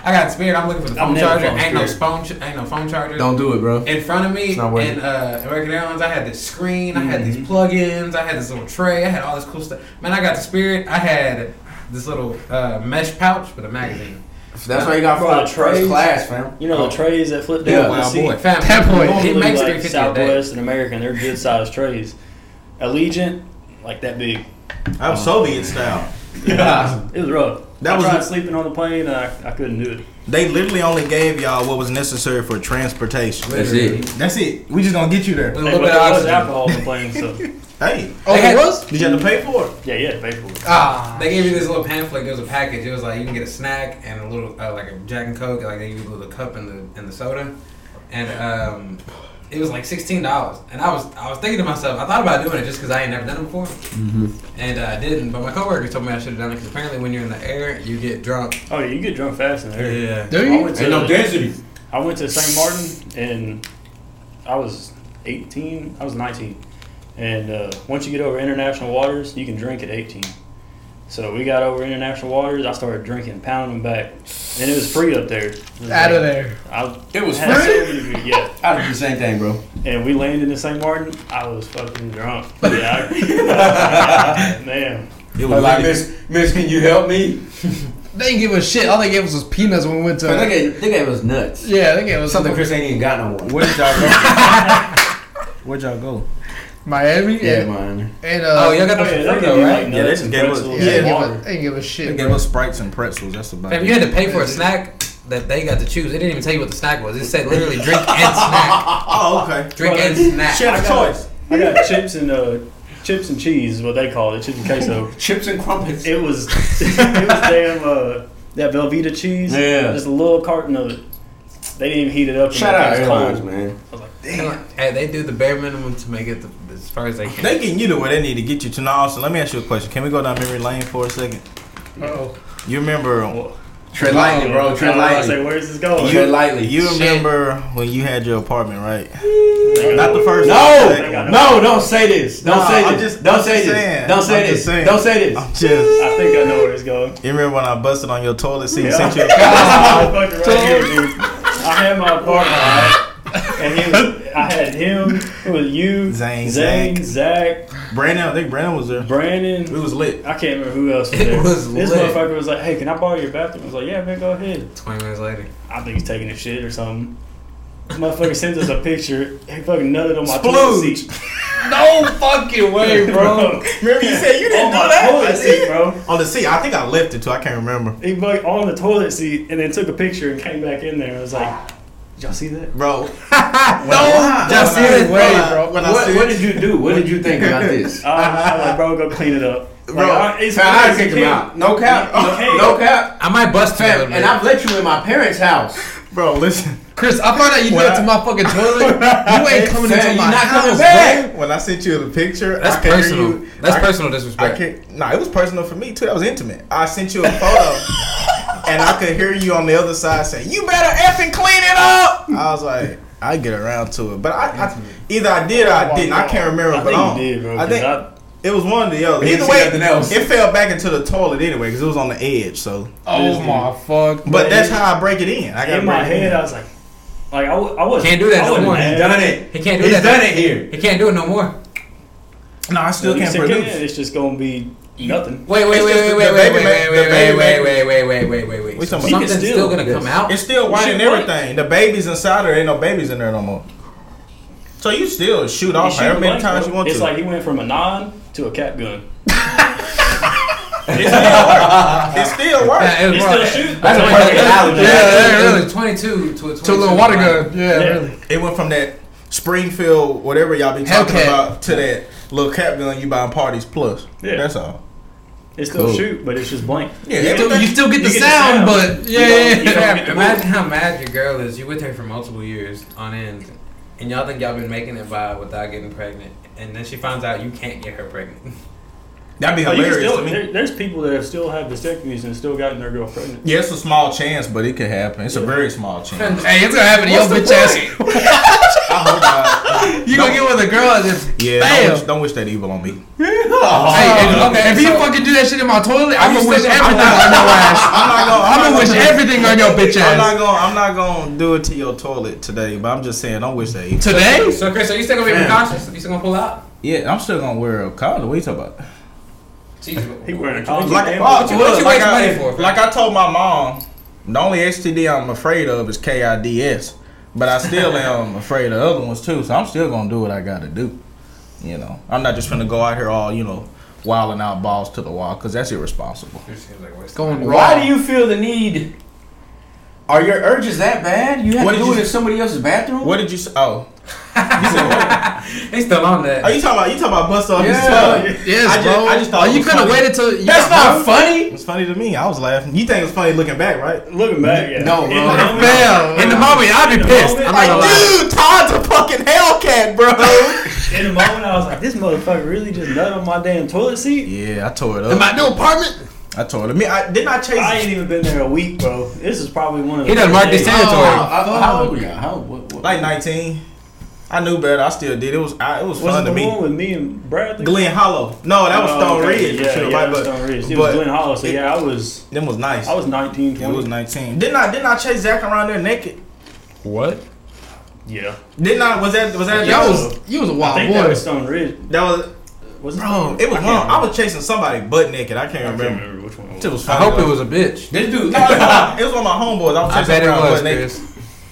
Speaker 3: I got Spirit. I'm looking for the
Speaker 4: I've
Speaker 3: phone
Speaker 4: never
Speaker 3: charger.
Speaker 4: flown
Speaker 3: Ain't no
Speaker 4: Spirit.
Speaker 3: phone. ch- Ain't no phone charger.
Speaker 2: Don't do it, bro.
Speaker 3: in front of me
Speaker 2: It's not worth
Speaker 3: in uh, American Airlines, I had this screen, I had these
Speaker 4: Mm-hmm.
Speaker 3: plugins, I had this little tray, I had all this cool stuff. Man, I got the Spirit. I had this little uh, mesh pouch with a magazine.
Speaker 2: That's why you got
Speaker 4: Bro,
Speaker 2: fly
Speaker 4: the
Speaker 2: first
Speaker 4: trays.
Speaker 2: class, fam.
Speaker 4: You know the trays that flip down.
Speaker 2: Yeah.
Speaker 4: with the
Speaker 1: Wow,
Speaker 4: seat?
Speaker 1: boy.
Speaker 3: Fam,
Speaker 6: That boy-
Speaker 3: normally
Speaker 4: Normally,
Speaker 3: it makes
Speaker 4: like
Speaker 3: 350 a day.
Speaker 4: Southwest and American, they're good sized trays. Allegiant, like that big.
Speaker 1: I'm Soviet style.
Speaker 4: It was rough.
Speaker 1: That
Speaker 4: I
Speaker 1: was-
Speaker 4: tried sleeping on the plane. and I, I couldn't do it.
Speaker 1: They literally only gave y'all what was necessary for transportation.
Speaker 2: That's it.
Speaker 1: That's it. We just gonna get you there.
Speaker 3: With a
Speaker 4: Hey,
Speaker 3: little
Speaker 4: but
Speaker 3: bit of
Speaker 4: there was
Speaker 3: oxygen.
Speaker 4: alcohol on the plane, so
Speaker 1: Hey,
Speaker 6: Oh,
Speaker 3: They had-
Speaker 6: it was.
Speaker 1: did you have to pay for it?
Speaker 4: yeah, yeah, pay for it.
Speaker 3: Ah, they gave you this little pamphlet. It was a package. It was like you can get a snack and a little uh, like a Jack and Coke. Like they give you a little cup and the and the soda, and um, it was like sixteen dollars. And I was I was thinking to myself, I thought about doing it just because I ain't never done it before,
Speaker 2: Mm-hmm.
Speaker 3: and uh, I didn't. But my coworker told me I should have done it because apparently when you're in the air, you get drunk.
Speaker 4: Oh, yeah, you get drunk fast in there.
Speaker 3: Yeah.
Speaker 6: Do
Speaker 4: I
Speaker 6: you?
Speaker 4: went to,
Speaker 2: Ain't no density.
Speaker 4: I went to St. Martin and I was 18, I was 19. And uh, once you get over international waters, you can drink at 18. So we got over international waters. I started drinking, pounding them back, and it was free up there. It was
Speaker 6: Out
Speaker 4: like-
Speaker 6: of there.
Speaker 4: I
Speaker 2: It was
Speaker 4: had
Speaker 2: free.
Speaker 4: so many beers, yeah.
Speaker 2: I'd do the same thing, bro.
Speaker 4: And we landed in St. Martin. I was fucking drunk. Yeah, I- man.
Speaker 1: It
Speaker 2: But
Speaker 1: was
Speaker 2: like,
Speaker 1: like
Speaker 2: Miss, Miss, can you help me?
Speaker 6: They didn't give us shit. All they gave us was peanuts when we went to.
Speaker 2: They gave, they gave us nuts.
Speaker 6: yeah, they gave us
Speaker 2: Something Chris ain't even got no more.
Speaker 1: Where did y'all go? Where'd y'all go?
Speaker 6: Miami.
Speaker 2: Yeah,
Speaker 6: and,
Speaker 2: man.
Speaker 6: and uh,
Speaker 3: Oh, y'all got
Speaker 4: Oh,
Speaker 3: the free
Speaker 4: yeah, they give
Speaker 3: though,
Speaker 4: you
Speaker 3: right?
Speaker 4: like
Speaker 1: Yeah, they
Speaker 4: nuts
Speaker 1: just
Speaker 4: and
Speaker 1: gave us-
Speaker 4: pretzels
Speaker 6: yeah, they
Speaker 4: and
Speaker 6: didn't give
Speaker 4: water.
Speaker 6: us, they didn't give us shit.
Speaker 1: They gave
Speaker 6: bro.
Speaker 1: us sprites and pretzels. That's about
Speaker 3: Fam,
Speaker 1: it.
Speaker 3: you had to pay for a snack that they got to choose. They didn't even tell you what the snack was. It said literally drink and snack.
Speaker 1: Oh, okay.
Speaker 3: Drink and snack.
Speaker 1: Chef's choice.
Speaker 4: I got chips and uh, chips and cheese, is what they call it, chips and queso.
Speaker 2: Chips and crumpets.
Speaker 4: It was it was damn uh, that Velveeta cheese.
Speaker 2: Yeah.
Speaker 4: Just a little carton of it. They didn't even heat it up. and
Speaker 2: Shout
Speaker 4: it
Speaker 2: out
Speaker 4: was
Speaker 2: airlines, man.
Speaker 3: Hey, they do the bare minimum to make it the, as far as they can.
Speaker 1: They getting you to where they need to get you to. Now, so let me ask you a question. Can we go down memory lane for a second?
Speaker 6: Uh-oh.
Speaker 1: You remember?
Speaker 4: Well,
Speaker 2: Tread lightly, bro. Tread
Speaker 4: I was about to say,
Speaker 2: lightly.
Speaker 4: where's this going?
Speaker 2: Tread lightly.
Speaker 1: You
Speaker 6: Shit.
Speaker 1: remember when you had your apartment, right?
Speaker 4: They got
Speaker 1: Not the first. one, the second
Speaker 2: No,
Speaker 1: one.
Speaker 2: no, don't say this. Don't
Speaker 1: Nah,
Speaker 2: say
Speaker 1: I'm
Speaker 2: this.
Speaker 1: just-
Speaker 2: don't,
Speaker 1: I'm
Speaker 2: say
Speaker 1: just
Speaker 2: this.
Speaker 1: saying.
Speaker 2: don't say
Speaker 1: I'm just
Speaker 2: this.
Speaker 1: saying.
Speaker 2: Don't say this.
Speaker 1: I'm just.
Speaker 4: I think I know where it's going.
Speaker 1: You remember when I busted on your toilet seat? and
Speaker 4: Yeah.
Speaker 1: Sent you a
Speaker 4: Motherfucker right here, dude. I had my apartment, right? and he was, I had him. It was you,
Speaker 1: Zane,
Speaker 4: Zane, Zach,
Speaker 1: Brandon, I think Brandon was there.
Speaker 4: Brandon.
Speaker 1: We was lit.
Speaker 4: I can't remember who else was
Speaker 3: It
Speaker 4: there.
Speaker 3: was
Speaker 4: this
Speaker 3: lit.
Speaker 4: motherfucker was like, "Hey, can I borrow your bathroom?" I was like, "Yeah, man, go ahead."
Speaker 3: 20 minutes later.
Speaker 4: I think he's taking a shit or something. Motherfucker sends us a picture. He fucking nutted on my toilet
Speaker 1: Splooge.
Speaker 4: seat,
Speaker 6: No fucking way, bro.
Speaker 1: Remember you said you
Speaker 4: on my toilet seat, bro.
Speaker 1: On the seat, I think I left it too. I can't remember.
Speaker 4: He fucking on the toilet seat and then took a picture and came back in there. I was like, "Did y'all see that?"
Speaker 1: Bro,
Speaker 6: no
Speaker 1: Just
Speaker 6: fucking
Speaker 1: when
Speaker 6: way,
Speaker 1: I-
Speaker 6: bro.
Speaker 1: when I
Speaker 2: What,
Speaker 1: said-
Speaker 2: what did you do? What did you think about this?
Speaker 4: I, I was like, "Bro, go clean it up." Like,
Speaker 2: Bro,
Speaker 4: I-
Speaker 2: fam, I had to kick him out. No cap.
Speaker 4: You
Speaker 2: No,
Speaker 4: can't.
Speaker 2: no cap.
Speaker 3: I might bust you a little
Speaker 2: Fam,
Speaker 3: bit.
Speaker 2: and I've let you in my parents' house.
Speaker 1: bro, listen.
Speaker 6: Chris, I found out you
Speaker 1: When
Speaker 6: went
Speaker 1: I-
Speaker 6: to my fucking toilet. You ain't coming
Speaker 2: Fam,
Speaker 6: into
Speaker 2: you
Speaker 6: my
Speaker 2: not coming
Speaker 6: house,
Speaker 2: back.
Speaker 6: bro.
Speaker 1: When I sent you the picture,
Speaker 3: That's
Speaker 1: I could hear
Speaker 3: personal.
Speaker 1: you-
Speaker 3: That's
Speaker 1: I-
Speaker 3: personal
Speaker 1: I
Speaker 3: disrespect.
Speaker 1: can't. Nah, it was personal for me too. That was intimate. I sent you a photo. and I could hear you on the other side saying, "You better effing clean it up." I was like, I get around to it, but I, I either I did or I didn't. I can't remember,
Speaker 4: I
Speaker 1: but
Speaker 4: think
Speaker 1: I don't-
Speaker 4: you did, bro.
Speaker 1: I
Speaker 4: 'cause
Speaker 1: think
Speaker 4: I,
Speaker 1: it was one or the other.
Speaker 3: But you
Speaker 1: Either
Speaker 3: see
Speaker 1: way,
Speaker 3: nothing else.
Speaker 1: it fell back into the toilet anyway because it was on the edge. So,
Speaker 6: Oh my fuck.
Speaker 1: but that's how I break it in. I got
Speaker 4: in my head, I was like, like I, wa- I was
Speaker 3: Can't do that
Speaker 4: I
Speaker 3: no
Speaker 4: wasn't
Speaker 3: more.
Speaker 4: mad.
Speaker 3: He's done it. He can't do
Speaker 2: He's
Speaker 3: that.
Speaker 2: done it here.
Speaker 3: He can't do it no more.
Speaker 1: No, I still
Speaker 4: Well, you
Speaker 1: can't
Speaker 4: said, "Yeah,
Speaker 1: produce.
Speaker 4: It's just gonna be nothing.
Speaker 3: Wait, wait,
Speaker 1: It's
Speaker 3: wait,
Speaker 1: just
Speaker 3: wait,
Speaker 1: the-
Speaker 3: wait,
Speaker 1: the
Speaker 3: wait,
Speaker 1: baby ma-
Speaker 3: wait,
Speaker 1: the
Speaker 3: wait,
Speaker 1: baby
Speaker 3: wait,
Speaker 1: ma-
Speaker 3: wait, wait, wait, wait, wait, wait.
Speaker 1: We
Speaker 3: So
Speaker 1: talking about-
Speaker 3: Something's
Speaker 4: He can
Speaker 3: still
Speaker 4: still
Speaker 3: gonna
Speaker 4: do
Speaker 3: come
Speaker 4: this.
Speaker 3: out.
Speaker 1: It's still white
Speaker 4: Shit,
Speaker 1: and
Speaker 4: what?
Speaker 1: everything. The baby's inside her. Ain't no babies in there no more. So you still shoot
Speaker 4: You
Speaker 1: off
Speaker 4: shoot
Speaker 1: however many
Speaker 4: blanks,
Speaker 1: times
Speaker 4: bro.
Speaker 1: you want
Speaker 4: it's
Speaker 1: to.
Speaker 4: like he went from a nine to a cap gun.
Speaker 1: It still works. It still works.
Speaker 3: Yeah, it
Speaker 4: He
Speaker 3: was
Speaker 4: still
Speaker 3: wrong.
Speaker 4: shoots.
Speaker 3: That's
Speaker 4: bro.
Speaker 3: a perfect analogy.
Speaker 6: Yeah, yeah,
Speaker 3: It
Speaker 6: really.
Speaker 3: was 22 to a 22.
Speaker 6: To a little water gun. Yeah,
Speaker 4: Yeah.
Speaker 6: really.
Speaker 1: It went from that Springfield, whatever y'all be talking
Speaker 6: Hellcat.
Speaker 1: about, to that little cap gun you buy in parties plus.
Speaker 4: Yeah.
Speaker 1: That's all.
Speaker 4: It's still
Speaker 6: Cool.
Speaker 4: shoot, but it's just blank.
Speaker 1: Yeah,
Speaker 6: You still, you
Speaker 1: everything-
Speaker 6: still get the
Speaker 4: You get the sound.
Speaker 6: sound, but
Speaker 4: You
Speaker 6: yeah, yeah,
Speaker 4: don't- you don't get the move.
Speaker 3: Imagine how mad your girl is. You with her for multiple years on end, and y'all think y'all been making it by without getting pregnant, and then she finds out you can't get her pregnant.
Speaker 1: that'd be
Speaker 4: But you can
Speaker 1: hilarious
Speaker 4: still,
Speaker 1: to me.
Speaker 4: there, there's people that have still had vasectomies and still gotten their girl pregnant.
Speaker 1: Yeah, it's a small chance, but it could happen. It's a very small chance.
Speaker 6: Hey, it's gonna happen to your
Speaker 3: What's
Speaker 6: bitch
Speaker 3: the
Speaker 6: ass.
Speaker 1: I hope not.
Speaker 6: You gonna get with a girl and just
Speaker 1: Yeah,
Speaker 6: bam.
Speaker 1: don't wish, don't wish that evil on me.
Speaker 6: Hey, if,
Speaker 3: okay,
Speaker 6: if you
Speaker 3: so-
Speaker 6: fucking do that shit in my toilet, I'm gonna
Speaker 1: just
Speaker 6: wish
Speaker 1: saying-
Speaker 6: everything on your ass.
Speaker 1: I'm not gonna.
Speaker 6: I'm gonna
Speaker 1: not
Speaker 6: wish
Speaker 1: gonna-
Speaker 6: everything on your bitch
Speaker 1: I'm not
Speaker 6: ass.
Speaker 1: gonna. I'm not gonna do it to your toilet today, but I'm just saying, don't wish that evil.
Speaker 6: Today?
Speaker 3: So Chris, are you still gonna be
Speaker 1: Damn.
Speaker 3: precautious? You still gonna pull out?
Speaker 1: Yeah, I'm still gonna wear a condom. What you talking about?
Speaker 3: Jesus.
Speaker 4: He wearing a condom.
Speaker 1: Like,
Speaker 4: Damn,
Speaker 1: oh,
Speaker 3: you-
Speaker 1: look,
Speaker 3: what you
Speaker 1: like
Speaker 3: waste
Speaker 1: I,
Speaker 3: money for, fam?
Speaker 1: Like I told my mom, the only STD I'm afraid of is KIDS, but I still am afraid of other ones too. So I'm still gonna do what I gotta do. You know, I'm not just gonna go out here all you know, wilding out balls to the wall because that's irresponsible.
Speaker 3: Just seems like a waste of
Speaker 6: Going
Speaker 3: time.
Speaker 2: Why do
Speaker 6: raw.
Speaker 2: you feel the need? Are your urges that bad? You have
Speaker 1: What
Speaker 2: to
Speaker 1: did
Speaker 2: do
Speaker 1: you-
Speaker 2: it in somebody else's bathroom?
Speaker 1: What did you say? Oh,
Speaker 3: They still on that.
Speaker 1: are Oh, you talking about? You talking about bust off? his
Speaker 2: Yeah.
Speaker 1: tongue?
Speaker 6: Yes,
Speaker 1: I just-
Speaker 6: bro.
Speaker 1: I just thought
Speaker 6: Oh,
Speaker 1: it
Speaker 6: you
Speaker 1: was
Speaker 6: could have
Speaker 1: funny.
Speaker 6: waited till you
Speaker 2: That's
Speaker 6: got
Speaker 2: not funny.
Speaker 1: It's funny to me. I was laughing. You think it's funny looking back, right?
Speaker 4: Looking back, yeah.
Speaker 2: No,
Speaker 4: In
Speaker 2: bro.
Speaker 4: the moment,
Speaker 6: Fail. In the moment, I'd be
Speaker 4: In the
Speaker 6: pissed.
Speaker 4: moment,
Speaker 6: I'm not gonna lie.
Speaker 1: dude, Todd's a fucking Hellcat, bro.
Speaker 4: In the moment, I was like, this motherfucker really just nut on my damn toilet seat?
Speaker 1: yeah, I tore it
Speaker 6: In
Speaker 1: up.
Speaker 6: my new apartment?
Speaker 1: I tore it. up. Me, I didn't I chase.
Speaker 4: I ain't even been there a week, bro. This is probably one of the
Speaker 3: He done marked his
Speaker 4: first days.
Speaker 3: territory.
Speaker 2: How, how- Oh, how old were you? How, what, what?
Speaker 1: like 19. I knew better. I still did. It was I, it was
Speaker 4: Was
Speaker 1: fun
Speaker 4: it
Speaker 1: to
Speaker 4: the
Speaker 1: me.
Speaker 4: one with me and Bradley?
Speaker 1: Glen Hollow. No, that was
Speaker 4: Oh,
Speaker 1: Stone
Speaker 4: okay.
Speaker 1: Ridge.
Speaker 4: Yeah,
Speaker 1: shit,
Speaker 4: yeah,
Speaker 1: right,
Speaker 4: that was
Speaker 1: but,
Speaker 4: Stone Ridge. It
Speaker 1: but
Speaker 4: was Glen Hollow. So
Speaker 1: it-
Speaker 4: yeah, I was
Speaker 1: Them was nice.
Speaker 4: I was 19,
Speaker 1: it
Speaker 4: 20.
Speaker 1: was 19. Didn't I didn't I chase Zach around there naked?
Speaker 3: What?
Speaker 4: yeah.
Speaker 1: Didn't I was that was that
Speaker 6: Y'all
Speaker 1: that
Speaker 6: was, you was a
Speaker 4: I
Speaker 6: wild
Speaker 4: think that
Speaker 6: boy.
Speaker 4: was Stone Ridge.
Speaker 1: that was
Speaker 4: Was it
Speaker 1: bro,
Speaker 4: Stone Ridge?
Speaker 1: it was
Speaker 4: can't
Speaker 1: wrong. I
Speaker 4: remember.
Speaker 1: was chasing somebody butt naked. I can't
Speaker 4: I can't
Speaker 1: remember.
Speaker 4: remember which one it was.
Speaker 1: It was
Speaker 3: I
Speaker 1: fun,
Speaker 3: hope it
Speaker 1: though.
Speaker 3: was a bitch.
Speaker 2: This dude.
Speaker 1: No, it was my- it was one of my homeboys. I was
Speaker 3: I
Speaker 1: chasing
Speaker 3: bet it
Speaker 1: around
Speaker 3: was,
Speaker 1: butt naked.
Speaker 3: Chris.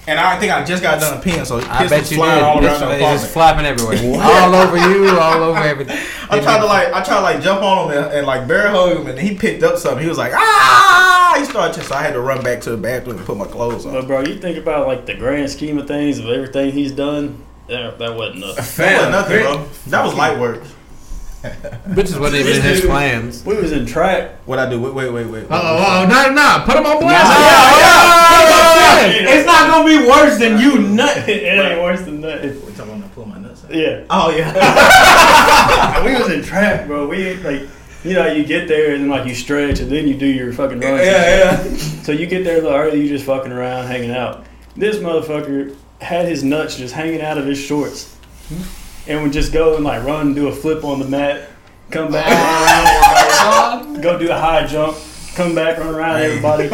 Speaker 1: And I think I just got done peeing, so
Speaker 3: I
Speaker 1: piss
Speaker 3: bet
Speaker 1: was
Speaker 3: you did.
Speaker 1: flying all around
Speaker 3: It's,
Speaker 1: the
Speaker 3: it's just
Speaker 1: apartment.
Speaker 3: flapping everywhere, all over you, all over everything.
Speaker 1: I tried to like, I tried to like jump on him and, and like bear hug him, and he picked up something. He was like, ah! He started, chasing, so I had to run back to the bathroom and put my clothes on.
Speaker 4: But bro, you think about like the grand scheme of things of everything he's done. That, that wasn't nothing.
Speaker 1: That
Speaker 2: Fam,
Speaker 1: was nothing,
Speaker 2: Chris-
Speaker 1: bro. That was light work.
Speaker 3: Bitches wasn't even in his plans.
Speaker 4: We was in track.
Speaker 1: What I do? Wait, wait, wait, wait.
Speaker 6: Uh oh, no, no, put him on blast.
Speaker 2: Nah,
Speaker 6: Yeah,
Speaker 2: yeah,
Speaker 4: yeah.
Speaker 2: It's not gonna be worse than you nut.
Speaker 4: it ain't worse than that.
Speaker 1: We're talking about pull my nuts out.
Speaker 4: Yeah,
Speaker 1: Oh yeah.
Speaker 4: we was in track, bro. We like, you know, you get there and then like you stretch and then you do your fucking runs. and shit.
Speaker 2: yeah.
Speaker 4: So you get there a little early, you just fucking around, hanging out. This motherfucker had his nuts just hanging out of his shorts,
Speaker 3: Hmm?
Speaker 4: and would just go and like run, do a flip on the mat, come back, run around everybody, go do a high jump, come back, run around everybody.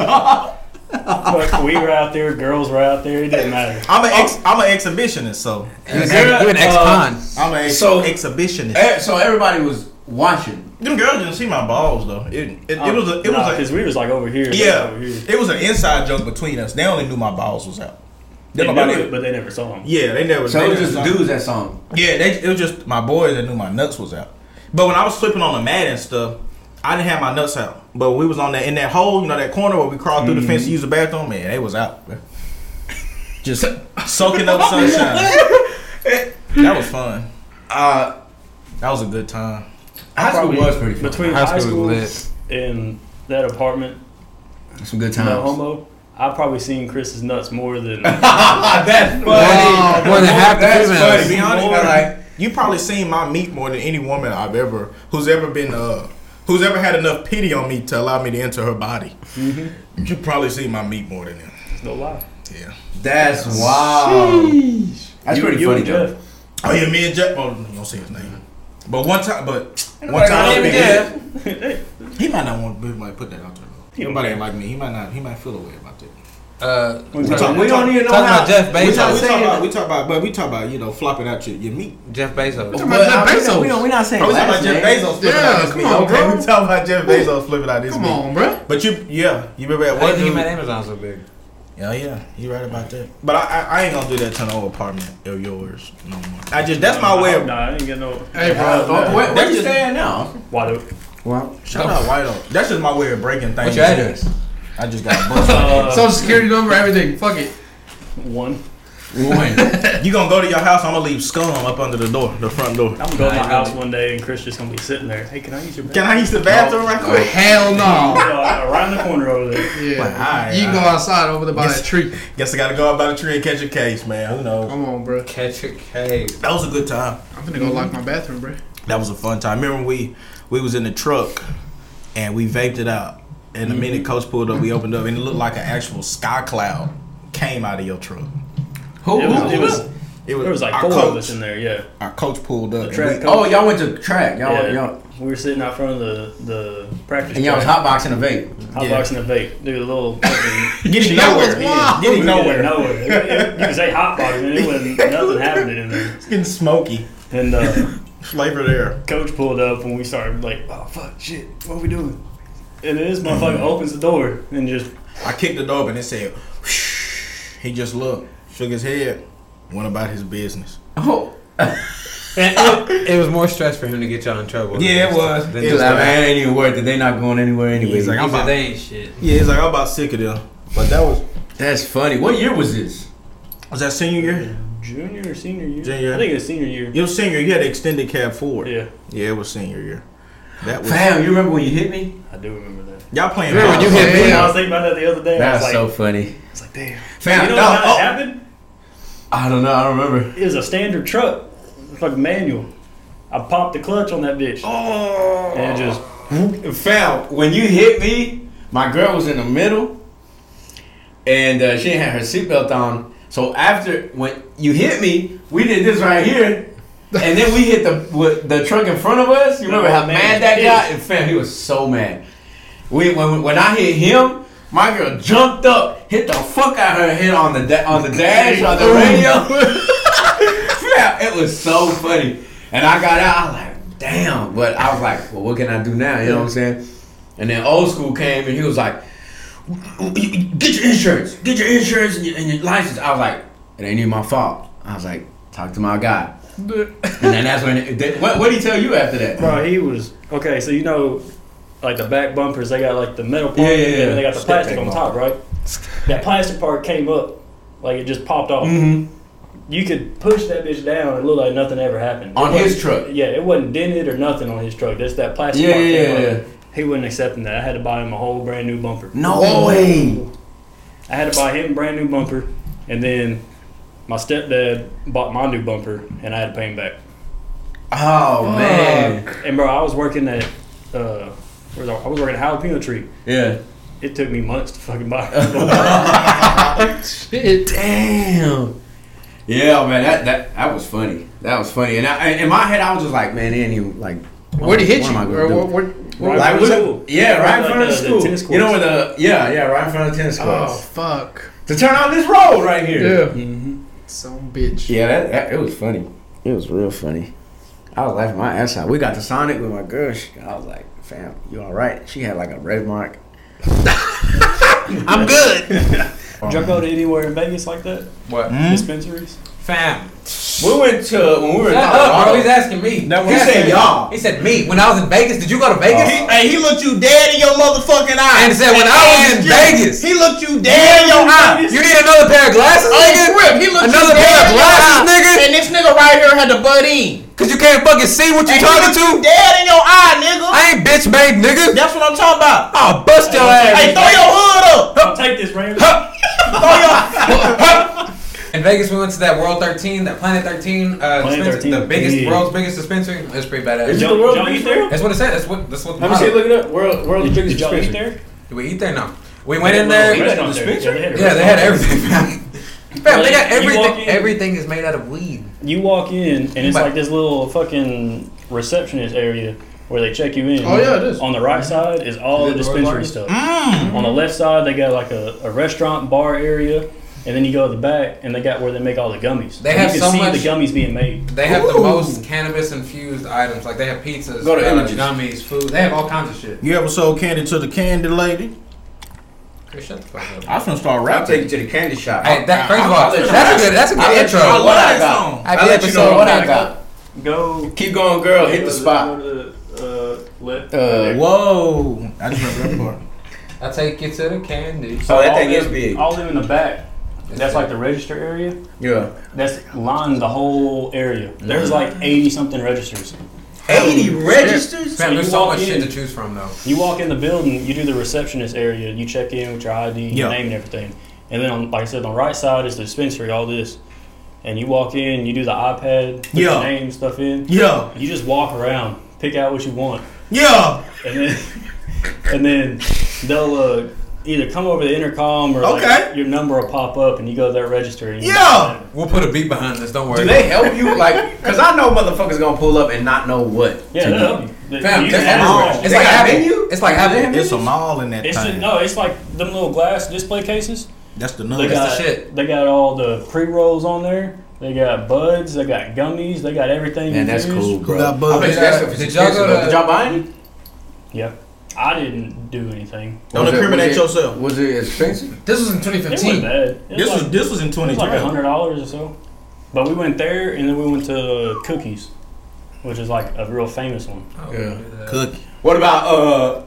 Speaker 4: But we were out there, girls were out there. It didn't matter.
Speaker 1: I'm an ex. I'm an exhibitionist, so
Speaker 3: You an ex- you an
Speaker 6: Uh,
Speaker 3: ex-con.
Speaker 1: I'm an ex-
Speaker 2: So-
Speaker 1: exhibitionist.
Speaker 2: Eh, So everybody was watching.
Speaker 1: Them girls didn't see my balls though. It it,
Speaker 3: Oh,
Speaker 1: it was a it
Speaker 4: Nah,
Speaker 1: was a
Speaker 4: we was like over here.
Speaker 1: yeah.
Speaker 4: over here.
Speaker 1: It was an inside joke between us. They only knew my balls was out.
Speaker 4: They
Speaker 1: Then
Speaker 4: knew
Speaker 1: nobody-
Speaker 4: it, but they never saw him.
Speaker 1: Yeah, they never.
Speaker 2: So
Speaker 1: they
Speaker 2: it was
Speaker 1: never
Speaker 2: just the
Speaker 1: saw-
Speaker 2: dudes that song.
Speaker 1: Yeah, they, it was just my boys that knew my nuts was out. But when I was flipping on the mat and stuff, I didn't have my nuts out. But we was on that in that hole, you know, that corner where we crawled through the fence to use the bathroom. Man, they was out, man. just soaking up sunshine. that was fun.
Speaker 2: Uh,
Speaker 1: That was a good time.
Speaker 2: high school was pretty fun.
Speaker 4: Between
Speaker 3: High
Speaker 4: high,
Speaker 3: school
Speaker 4: school
Speaker 3: was
Speaker 4: and that apartment,
Speaker 2: Some good
Speaker 4: no
Speaker 2: times.
Speaker 4: Uh, homo. I've probably seen Chris's nuts more than
Speaker 2: that's funny.
Speaker 3: Wow, more than half the
Speaker 2: that's
Speaker 3: females.
Speaker 2: funny. Be honest,
Speaker 4: More.
Speaker 2: I'm like,
Speaker 1: You probably seen my meat more than any woman I've ever who's ever been uh who's ever had enough pity on me to allow me to enter her body. You probably see my meat more than them.
Speaker 4: No lie.
Speaker 1: Yeah.
Speaker 2: That's wild. That's pretty
Speaker 4: You
Speaker 2: funny
Speaker 4: and
Speaker 2: though.
Speaker 4: Jeff.
Speaker 1: Oh yeah, me and Jeff. Oh, I'm gonna say his name. But one time, but one
Speaker 3: Nobody
Speaker 1: time,
Speaker 3: name
Speaker 1: me-
Speaker 3: Jeff.
Speaker 1: he might not want. He might put that out there. though. Nobody ain't like me. He might not. He might feel a way about that.
Speaker 3: Uh,
Speaker 4: One
Speaker 1: We
Speaker 4: time-
Speaker 1: talk- we talk-
Speaker 2: even
Speaker 3: Talking about Jeff
Speaker 2: we not
Speaker 3: Bezos.
Speaker 1: we talk
Speaker 2: saying-
Speaker 1: about. We talk about. But we talk about you know flopping out your, your meat.
Speaker 3: Jeff Bezos.
Speaker 6: Talking about
Speaker 2: But,
Speaker 6: Jeff
Speaker 2: uh, we don't-
Speaker 6: Bezos.
Speaker 2: We don't. We're not saying.
Speaker 1: Oh, we talking
Speaker 2: last
Speaker 1: about Jeff
Speaker 2: name.
Speaker 1: Bezos flipping
Speaker 6: Yeah,
Speaker 1: out his
Speaker 6: come
Speaker 1: meat.
Speaker 6: on,
Speaker 1: okay,
Speaker 6: bro.
Speaker 1: we talking about Jeff Bezos flipping out his
Speaker 6: Come
Speaker 1: meat.
Speaker 6: on, bro.
Speaker 1: But you, yeah, you remember at
Speaker 3: I
Speaker 1: one
Speaker 3: didn't think he made
Speaker 1: dude.
Speaker 3: Amazon so big.
Speaker 1: Yeah, yeah, you right about that. But I, I, I ain't gonna do that to no apartment of yours no more. I just that's my way of.
Speaker 4: Nah, I ain't get no.
Speaker 6: Hey, bro.
Speaker 2: Oh, Where, where
Speaker 1: That's
Speaker 2: you
Speaker 1: just-
Speaker 2: staying now?
Speaker 4: Why do?
Speaker 2: Well,
Speaker 1: Shout out White Oak. That's just my way of breaking things.
Speaker 3: What's your address?
Speaker 1: I just got busted.
Speaker 4: Uh,
Speaker 6: Social security number, everything. Fuck it.
Speaker 4: one.
Speaker 1: you gonna go to your house? I'm gonna leave scum up under the door, the front door.
Speaker 4: I'm gonna go to
Speaker 3: Nah,
Speaker 4: my
Speaker 3: I
Speaker 4: house
Speaker 3: really-
Speaker 4: one day and Chris just gonna be sitting there. Hey, can I use your
Speaker 1: Can
Speaker 4: bathroom?
Speaker 1: I use the bathroom right
Speaker 6: Oh,
Speaker 1: quick?
Speaker 6: hell no.
Speaker 4: Uh, around the corner over there.
Speaker 6: Yeah.
Speaker 1: Alright,
Speaker 6: You can go
Speaker 1: alright.
Speaker 6: outside over the by that tree.
Speaker 1: Guess I gotta go up by the tree and catch a case, man. Who knows?
Speaker 6: Come on, bro.
Speaker 3: Catch a cave.
Speaker 1: That was a good time.
Speaker 6: I'm gonna go lock my bathroom, bro.
Speaker 1: That was a fun time. Remember we we was in the truck and we vaped it out. And the minute Coach pulled up, we opened up and it looked like an actual sky cloud came out of your truck.
Speaker 2: who?
Speaker 4: It was, it
Speaker 2: who-
Speaker 4: was,
Speaker 1: It
Speaker 4: there was like
Speaker 1: our
Speaker 4: four
Speaker 1: coach,
Speaker 4: of us in there. Yeah.
Speaker 1: Our coach pulled up.
Speaker 4: Track
Speaker 1: and we-
Speaker 4: coach.
Speaker 2: Oh, y'all went to track. Y'all,
Speaker 4: yeah.
Speaker 2: y'all,
Speaker 4: We were sitting out front of the the practice.
Speaker 2: and y'all was
Speaker 4: track.
Speaker 2: hotboxing a vape.
Speaker 1: yeah.
Speaker 4: Hotboxing a vape. Dude, a little. fucking-
Speaker 1: Getting
Speaker 6: That was
Speaker 1: nowhere.
Speaker 6: wild.
Speaker 1: Getting
Speaker 4: Yeah,
Speaker 1: nowhere.
Speaker 4: nowhere. It- it- You could say hotboxing, and it wasn't nothing happening in there.
Speaker 1: It's getting smoky.
Speaker 4: And uh,
Speaker 1: Flavor there.
Speaker 4: coach pulled up, and we started like, oh fuck, shit, what are we doing? And then this
Speaker 2: Mm-hmm.
Speaker 4: motherfucker opens the door and just
Speaker 1: I kicked the door open and it said, "Whoosh." he just looked, shook his head, went about his business.
Speaker 2: Oh,
Speaker 3: it was more stress for him to get y'all in trouble.
Speaker 1: Yeah, it was.
Speaker 3: Than
Speaker 1: It
Speaker 2: Dude,
Speaker 3: just-
Speaker 1: was.
Speaker 2: that man ain't even worth it. They not going anywhere anyway.
Speaker 1: He's like,
Speaker 3: He
Speaker 1: I'm
Speaker 3: said
Speaker 1: about,
Speaker 3: they ain't shit.
Speaker 1: yeah, he's like, I'm about sick of them. But that was,
Speaker 2: That's funny. What year was this?
Speaker 1: was that senior year?
Speaker 4: junior or senior year.
Speaker 1: Junior.
Speaker 4: I think it was senior year.
Speaker 1: Your senior, you had extended cab forward.
Speaker 4: Yeah,
Speaker 1: Yeah, it was senior year. That was
Speaker 2: Fam, you remember when you hit me?
Speaker 4: I do remember that.
Speaker 1: y'all playing.
Speaker 6: Remember
Speaker 1: ball.
Speaker 6: when you hit me? uh,
Speaker 4: I was thinking about that the other day.
Speaker 2: That's
Speaker 4: I was like,
Speaker 2: so funny.
Speaker 4: I was like, damn.
Speaker 2: Fam,
Speaker 4: you know
Speaker 2: no,
Speaker 4: how that
Speaker 2: oh,
Speaker 4: happened?
Speaker 2: I don't know. I don't remember.
Speaker 4: It was a standard truck, fucking manual. I popped the clutch on that bitch,
Speaker 1: Oh,
Speaker 4: and it just
Speaker 2: Fam, when you hit me, my girl was in the middle, and uh, she had her seatbelt on. So after when you hit me, we did this right here, and then we hit the with the truck in front of us. You remember how
Speaker 4: Oh, man.
Speaker 2: mad that guy? And fam, he was so mad. We when when I hit him. My girl jumped up, hit the fuck out her head on the da- on the dash on the radio. Fam, it was so funny. And I got out, I was like, damn. But I was like, well, what can I do now? You know what I'm saying? And then old school came and he was like, get your insurance, get your insurance and your, and your license. I was like, it ain't even my fault. I was like, talk to my guy. And then that's when, it, that- what what did he tell you after that?
Speaker 4: Bro, he was okay. So you know, like the back bumpers, they got like the metal part,
Speaker 2: Yeah, yeah, yeah.
Speaker 4: and they got the
Speaker 2: Stick
Speaker 4: plastic
Speaker 2: tape
Speaker 4: on
Speaker 2: on.
Speaker 4: top, right? That plastic part came up, like it just popped off.
Speaker 2: Mm-hmm.
Speaker 4: You could push that bitch down, and it looked like nothing ever happened
Speaker 2: On
Speaker 4: It wasn't-
Speaker 2: his truck.
Speaker 4: Yeah, it wasn't dented or nothing on his truck. Just that plastic
Speaker 2: Yeah,
Speaker 4: part.
Speaker 2: yeah,
Speaker 4: came
Speaker 2: yeah,
Speaker 4: up. He wasn't accepting that. I had to buy him a whole brand new bumper.
Speaker 2: No way.
Speaker 4: I had to buy him a brand new bumper, and then my stepdad bought my new bumper, and I had to pay him back.
Speaker 2: Oh, man.
Speaker 4: And bro, I was working at, uh, where was I? I was working at Jalapeno Tree.
Speaker 2: Yeah.
Speaker 4: It took me months to fucking buy. it.
Speaker 6: Shit.
Speaker 2: Damn. Yeah, man, that, that that was funny. That was funny, and I, in my head, I was just like, man, they ain't even like.
Speaker 6: Where'd he hit
Speaker 2: what am
Speaker 6: you?
Speaker 2: I gonna
Speaker 6: Or
Speaker 2: do?
Speaker 6: Where, where, where,
Speaker 4: Right.
Speaker 2: Like,
Speaker 4: Front of
Speaker 2: look-
Speaker 4: school.
Speaker 2: yeah, right in
Speaker 4: Like
Speaker 2: front of
Speaker 4: the-
Speaker 2: the
Speaker 4: the
Speaker 2: school.
Speaker 4: tennis
Speaker 2: you know where
Speaker 4: courts.
Speaker 2: the yeah, yeah, right in front of the tennis
Speaker 6: oh,
Speaker 2: courts.
Speaker 6: fuck.
Speaker 2: To turn on this road right here.
Speaker 6: Yeah. Mm-hmm. Some bitch.
Speaker 2: Yeah, that, that it was funny. It was real funny. I was laughing my ass out. We got to Sonic with my girl. She, I was like, fam, you all right? She had like a red mark.
Speaker 6: I'm good.
Speaker 4: Did y'all go to anywhere in Vegas like that?
Speaker 3: What?
Speaker 2: Hmm?
Speaker 4: Dispensaries?
Speaker 3: Fam.
Speaker 2: We went to when we were in
Speaker 3: Shut up, bro. He's
Speaker 2: Colorado.
Speaker 3: asking me.
Speaker 2: No, he said y'all.
Speaker 3: He said me. When I was in Vegas, did you go to Vegas?
Speaker 1: He, hey, he looked you dead in your motherfucking eye.
Speaker 3: And said, when I was in Vegas.
Speaker 1: he looked you dead in your
Speaker 2: Oh.
Speaker 1: eye.
Speaker 3: you need another pair of glasses, nigga?
Speaker 1: Rip, he looked
Speaker 3: Another
Speaker 1: you
Speaker 3: pair
Speaker 1: dead
Speaker 3: of
Speaker 1: in your
Speaker 3: glasses,
Speaker 1: eye.
Speaker 3: nigga?
Speaker 1: And this nigga right here had the butt in.
Speaker 3: Cause you can't fucking see what
Speaker 1: And
Speaker 3: you
Speaker 1: he
Speaker 3: talking
Speaker 1: looked you
Speaker 3: to.
Speaker 1: dead in your eye, nigga.
Speaker 3: I ain't bitch made, nigga.
Speaker 1: That's what I'm talking about.
Speaker 3: I'll bust your ass.
Speaker 1: Hey, throw your hood up.
Speaker 4: Don't take this, Randy.
Speaker 1: Throw your.
Speaker 3: And in Vegas, we went to that World 13, that Planet 13, uh,
Speaker 4: Planet
Speaker 3: dispens-
Speaker 4: 13,
Speaker 3: the biggest,
Speaker 4: yeah.
Speaker 3: world's biggest dispensary. That's pretty badass.
Speaker 4: Is it the world's biggest there?
Speaker 3: That's what it said. That's what. That's what. The
Speaker 6: Let me see.
Speaker 3: model.
Speaker 6: Look it up. World, world's
Speaker 4: Did,
Speaker 6: biggest
Speaker 4: did y'all eat
Speaker 6: dispensary.
Speaker 4: there?
Speaker 3: Did we eat there? No. We went in
Speaker 4: They had
Speaker 3: there.
Speaker 4: a
Speaker 6: Restaurant
Speaker 4: restaurant
Speaker 6: there.
Speaker 4: there.
Speaker 3: Yeah, they had everything. Fam, Fam, they got
Speaker 4: You walk
Speaker 3: everything.
Speaker 4: in-
Speaker 3: Everything is made out of weed.
Speaker 4: You walk in and it's
Speaker 3: But-
Speaker 4: like this little fucking receptionist area where they check you in.
Speaker 5: Oh, yeah, it is.
Speaker 4: On the right side is
Speaker 3: Is
Speaker 4: all the
Speaker 3: it the
Speaker 4: dispensary
Speaker 3: Royal
Speaker 4: stuff. On the left side they got like a, a restaurant bar area, and then you go to the back and they got where they make all the gummies.
Speaker 3: They
Speaker 4: And
Speaker 3: have
Speaker 4: you
Speaker 3: so
Speaker 4: can see
Speaker 3: much-
Speaker 4: the gummies being made.
Speaker 3: They have the
Speaker 1: Ooh.
Speaker 3: most cannabis infused items. Like they have pizzas,
Speaker 2: Go to
Speaker 3: uh,
Speaker 2: Images.
Speaker 3: gummies, food. They have all kinds of shit.
Speaker 1: You ever sold candy to the candy lady?
Speaker 3: Chris, shut the fuck up.
Speaker 1: I finna start
Speaker 2: I'll take you
Speaker 1: rapping.
Speaker 2: to the candy shop.
Speaker 3: Hey, that, first of
Speaker 2: I'll
Speaker 3: all,
Speaker 2: let you
Speaker 3: that's a
Speaker 2: know.
Speaker 3: good. That's a
Speaker 2: I'll
Speaker 3: good
Speaker 2: let you know
Speaker 1: what
Speaker 2: what
Speaker 3: intro.
Speaker 1: I got.
Speaker 2: I got. I'll let you know what I got.
Speaker 4: Go
Speaker 2: Keep going, girl. Hit the spot.
Speaker 4: Go to the, uh, left.
Speaker 3: oh,
Speaker 2: Uh,
Speaker 1: Whoa! I just remember that part.
Speaker 3: I take you to the candy.
Speaker 2: so that
Speaker 4: all
Speaker 2: thing is
Speaker 4: them-
Speaker 2: big.
Speaker 4: All them in the back. That's like the register area.
Speaker 2: Yeah.
Speaker 4: That's lined the whole area.
Speaker 3: Mm.
Speaker 4: There's like eighty something registers.
Speaker 2: 80 registers?
Speaker 3: Fam, there's
Speaker 4: you
Speaker 3: so
Speaker 4: walk
Speaker 3: much shit
Speaker 4: in-
Speaker 3: to choose from though.
Speaker 4: You walk in the building, you do the receptionist area, you check in with your ID,
Speaker 1: Yeah.
Speaker 4: your name, and everything. And then, on, like I said, on the right side is the dispensary, all this. And you walk in, you do the iPad, put
Speaker 1: Yeah.
Speaker 4: your name stuff in.
Speaker 1: Yeah,
Speaker 4: You just walk around, pick out what you want,
Speaker 1: yeah.
Speaker 4: and then and then they'll uh, either come over the intercom or like,
Speaker 1: Okay.
Speaker 4: your number will pop up, and you go to that register. And you
Speaker 1: Yeah.
Speaker 3: We'll put a beat behind this. Don't worry.
Speaker 2: Do they help you? Like, cause I know motherfuckers gonna pull up and not know what.
Speaker 4: yeah,
Speaker 2: to
Speaker 4: they'll
Speaker 2: do.
Speaker 4: help you. They-
Speaker 3: Fam,
Speaker 4: you
Speaker 3: they're
Speaker 4: can
Speaker 3: everywhere.
Speaker 4: ask-
Speaker 3: It's
Speaker 2: They
Speaker 3: like
Speaker 2: got
Speaker 3: Apple.
Speaker 2: menu?
Speaker 3: It's like
Speaker 2: Do they have
Speaker 3: Apple.
Speaker 1: It's a mall in that
Speaker 4: It's just,
Speaker 1: thing.
Speaker 4: no, it's like them little glass display cases.
Speaker 1: That's the
Speaker 4: They
Speaker 1: nuts.
Speaker 4: got
Speaker 3: That's the shit.
Speaker 4: They got all the pre rolls on there. They got buds. They got gummies. They got everything.
Speaker 2: Man, that's
Speaker 4: infused.
Speaker 2: cool, bro.
Speaker 1: got bugs?
Speaker 2: I bet you that stuff is
Speaker 3: Did y'all go
Speaker 2: expensive, though.
Speaker 3: to-
Speaker 2: Did y'all buy any?
Speaker 4: Yeah, I didn't do anything.
Speaker 1: Don't
Speaker 2: Was it-
Speaker 1: incriminate
Speaker 2: was it-
Speaker 1: yourself.
Speaker 2: Was it expensive?
Speaker 5: This was in
Speaker 4: It wasn't
Speaker 5: 2015.
Speaker 4: bad. It
Speaker 1: This
Speaker 4: like,
Speaker 1: was this was in
Speaker 4: it was like
Speaker 1: 2012.
Speaker 4: hundred dollars or so. But we went there and then we went to Cookies, which is like a real famous one.
Speaker 3: Oh,
Speaker 2: Yeah.
Speaker 1: Cookie.
Speaker 2: What about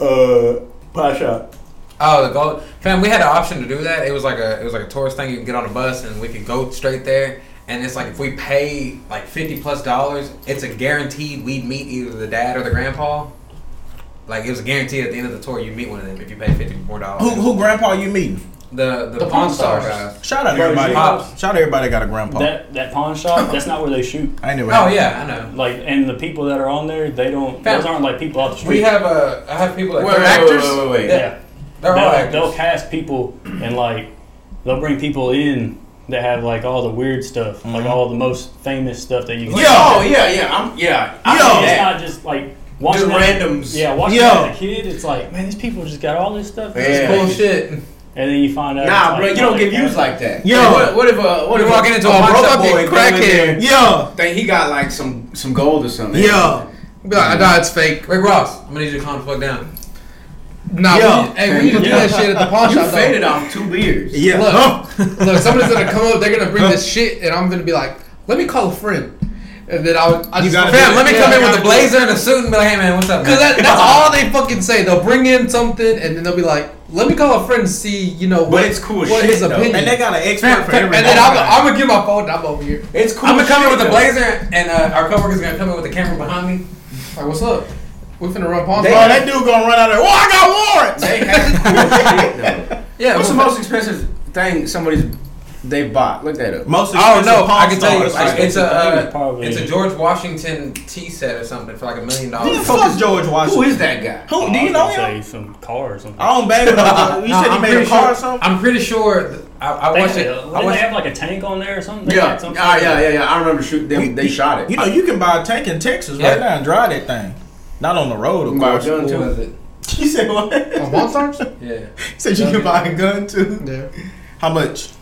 Speaker 2: uh uh pie shop?
Speaker 3: Oh, the gold fam. We had an option to do that. It was like a it was like a tourist thing. You can get on a bus and we could go straight there. And it's like if we pay like fifty plus dollars, it's a guaranteed we'd meet either the dad or the grandpa. Like it was a guarantee at the end of the tour you'd meet one of them if you pay fifty more dollars.
Speaker 1: Who who grandpa you meeting?
Speaker 3: The
Speaker 5: The
Speaker 3: the, Pawn
Speaker 5: Pawn
Speaker 3: Star
Speaker 5: Stars.
Speaker 3: guys.
Speaker 1: Shout out to
Speaker 4: Bro,
Speaker 1: everybody.
Speaker 4: Pops.
Speaker 1: Shout out to everybody that got a grandpa.
Speaker 4: That that pawn shop. that's not where they shoot.
Speaker 1: I ain't never.
Speaker 3: Oh yeah, I know.
Speaker 4: Like, and the people that are on there, they don't.
Speaker 3: Fam-
Speaker 4: Those aren't like people off the street.
Speaker 3: We have uh, I have people that
Speaker 2: Wait,
Speaker 3: they're
Speaker 2: wait, wait,
Speaker 3: actors.
Speaker 2: wait, wait, wait.
Speaker 3: Yeah,
Speaker 4: yeah.
Speaker 3: They're all
Speaker 4: they'll, they'll
Speaker 3: actors.
Speaker 4: cast people and like they'll bring people in that have like all the weird stuff, like all the most famous stuff that you can.
Speaker 2: Yo, oh, yeah, yeah, I'm yeah. I
Speaker 1: Yo.
Speaker 2: see
Speaker 4: it's
Speaker 2: that.
Speaker 4: not just like watching
Speaker 2: Just
Speaker 4: that-
Speaker 2: randoms.
Speaker 4: Yeah, watching
Speaker 1: Yo.
Speaker 4: that as a kid, it's like man, these people just got all this stuff. This is
Speaker 2: Yeah.
Speaker 4: cool.
Speaker 3: Bullshit.
Speaker 4: And then you find out.
Speaker 2: Nah,
Speaker 4: it's
Speaker 2: bro,
Speaker 4: like,
Speaker 2: you don't get
Speaker 4: they
Speaker 2: views
Speaker 4: have-
Speaker 2: like that.
Speaker 1: Yo.
Speaker 2: what, what if uh, what
Speaker 3: You
Speaker 2: if
Speaker 3: walk into a
Speaker 2: broke
Speaker 3: bunch
Speaker 2: up
Speaker 3: up
Speaker 2: boy
Speaker 3: getting
Speaker 2: go in there,
Speaker 3: crackhead.
Speaker 1: Yeah,
Speaker 2: Think he got like some some gold or something?
Speaker 1: yeah.
Speaker 6: Be like, nah, it's fake.
Speaker 3: Rick Ross, I'm gonna need you to calm the fuck down.
Speaker 6: Nah,
Speaker 1: Yeah.
Speaker 6: we, hey, we can do that shit at the pawn
Speaker 2: You
Speaker 6: shop. though.
Speaker 2: faded off two beers.
Speaker 1: Yeah.
Speaker 6: Look.
Speaker 1: Huh.
Speaker 6: Look, somebody's gonna come up, they're gonna bring this shit, and I'm gonna be like, let me call a friend. And then I'll, I just
Speaker 1: gotta
Speaker 3: Fam, let me
Speaker 6: Yeah.
Speaker 3: come in with a blazer and a suit and be like, hey man, what's up?
Speaker 6: Cause
Speaker 3: man?"
Speaker 6: that, that's all they fucking say. They'll bring in something and then they'll be like, "Let me call a friend and see, you know, what,
Speaker 2: But it's cool
Speaker 6: what
Speaker 2: shit,
Speaker 6: his
Speaker 2: though.
Speaker 6: opinion."
Speaker 1: And they got an expert
Speaker 3: Fam,
Speaker 1: for
Speaker 3: fam,
Speaker 1: everything.
Speaker 6: And then I'm, I'm gonna get my phone. and I'm over here.
Speaker 2: It's cool.
Speaker 3: I'm gonna come in
Speaker 2: shit,
Speaker 3: with
Speaker 2: though.
Speaker 3: a blazer, and uh, our coworker's gonna come in with a camera behind me.
Speaker 6: Like, what's up? We finna run pawn.
Speaker 1: Bro,
Speaker 6: shop.
Speaker 1: that dude gonna run out of there. Oh, I got warrants.
Speaker 2: They have cool shit though.
Speaker 3: Yeah,
Speaker 2: What's the
Speaker 3: we'll-
Speaker 2: most expensive thing somebody's they bought? Look that up.
Speaker 1: Most
Speaker 3: Oh no,
Speaker 1: expensive
Speaker 3: I can tell you,
Speaker 1: porn stars.
Speaker 3: like, it's a
Speaker 4: Probably-
Speaker 3: uh,
Speaker 4: probably-
Speaker 3: it's a George Washington tea set or something for like a million
Speaker 1: Who the
Speaker 3: dollars.
Speaker 1: fuck is George Washington?
Speaker 2: Who is that guy?
Speaker 1: Who
Speaker 4: Oh,
Speaker 1: do
Speaker 4: I
Speaker 1: you
Speaker 4: was
Speaker 1: know
Speaker 4: gonna
Speaker 1: him?
Speaker 4: Say some car or something.
Speaker 1: I don't bang with him. You
Speaker 3: No,
Speaker 1: said he
Speaker 3: I'm
Speaker 1: made
Speaker 3: pretty
Speaker 1: a car
Speaker 3: sure-
Speaker 1: or something.
Speaker 3: I'm pretty sure. th- I, I
Speaker 4: They,
Speaker 3: watched it.
Speaker 4: uh,
Speaker 3: I
Speaker 4: didn't they
Speaker 3: watched.
Speaker 4: have like a tank on there or something? They
Speaker 2: Yeah,
Speaker 4: had something
Speaker 2: ah, yeah,
Speaker 4: like-
Speaker 2: yeah, yeah. I remember shooting them. They shot it.
Speaker 1: You know, you can buy a tank in Texas
Speaker 3: Yeah.
Speaker 1: right now and drive that thing. Not on the road, of
Speaker 2: You can buy a
Speaker 1: course.
Speaker 2: gun
Speaker 3: Who
Speaker 2: too.
Speaker 3: was it?
Speaker 1: You said what?
Speaker 6: on pawn stars.
Speaker 3: Yeah.
Speaker 1: He said you can buy a gun too.
Speaker 6: Yeah.
Speaker 1: How much?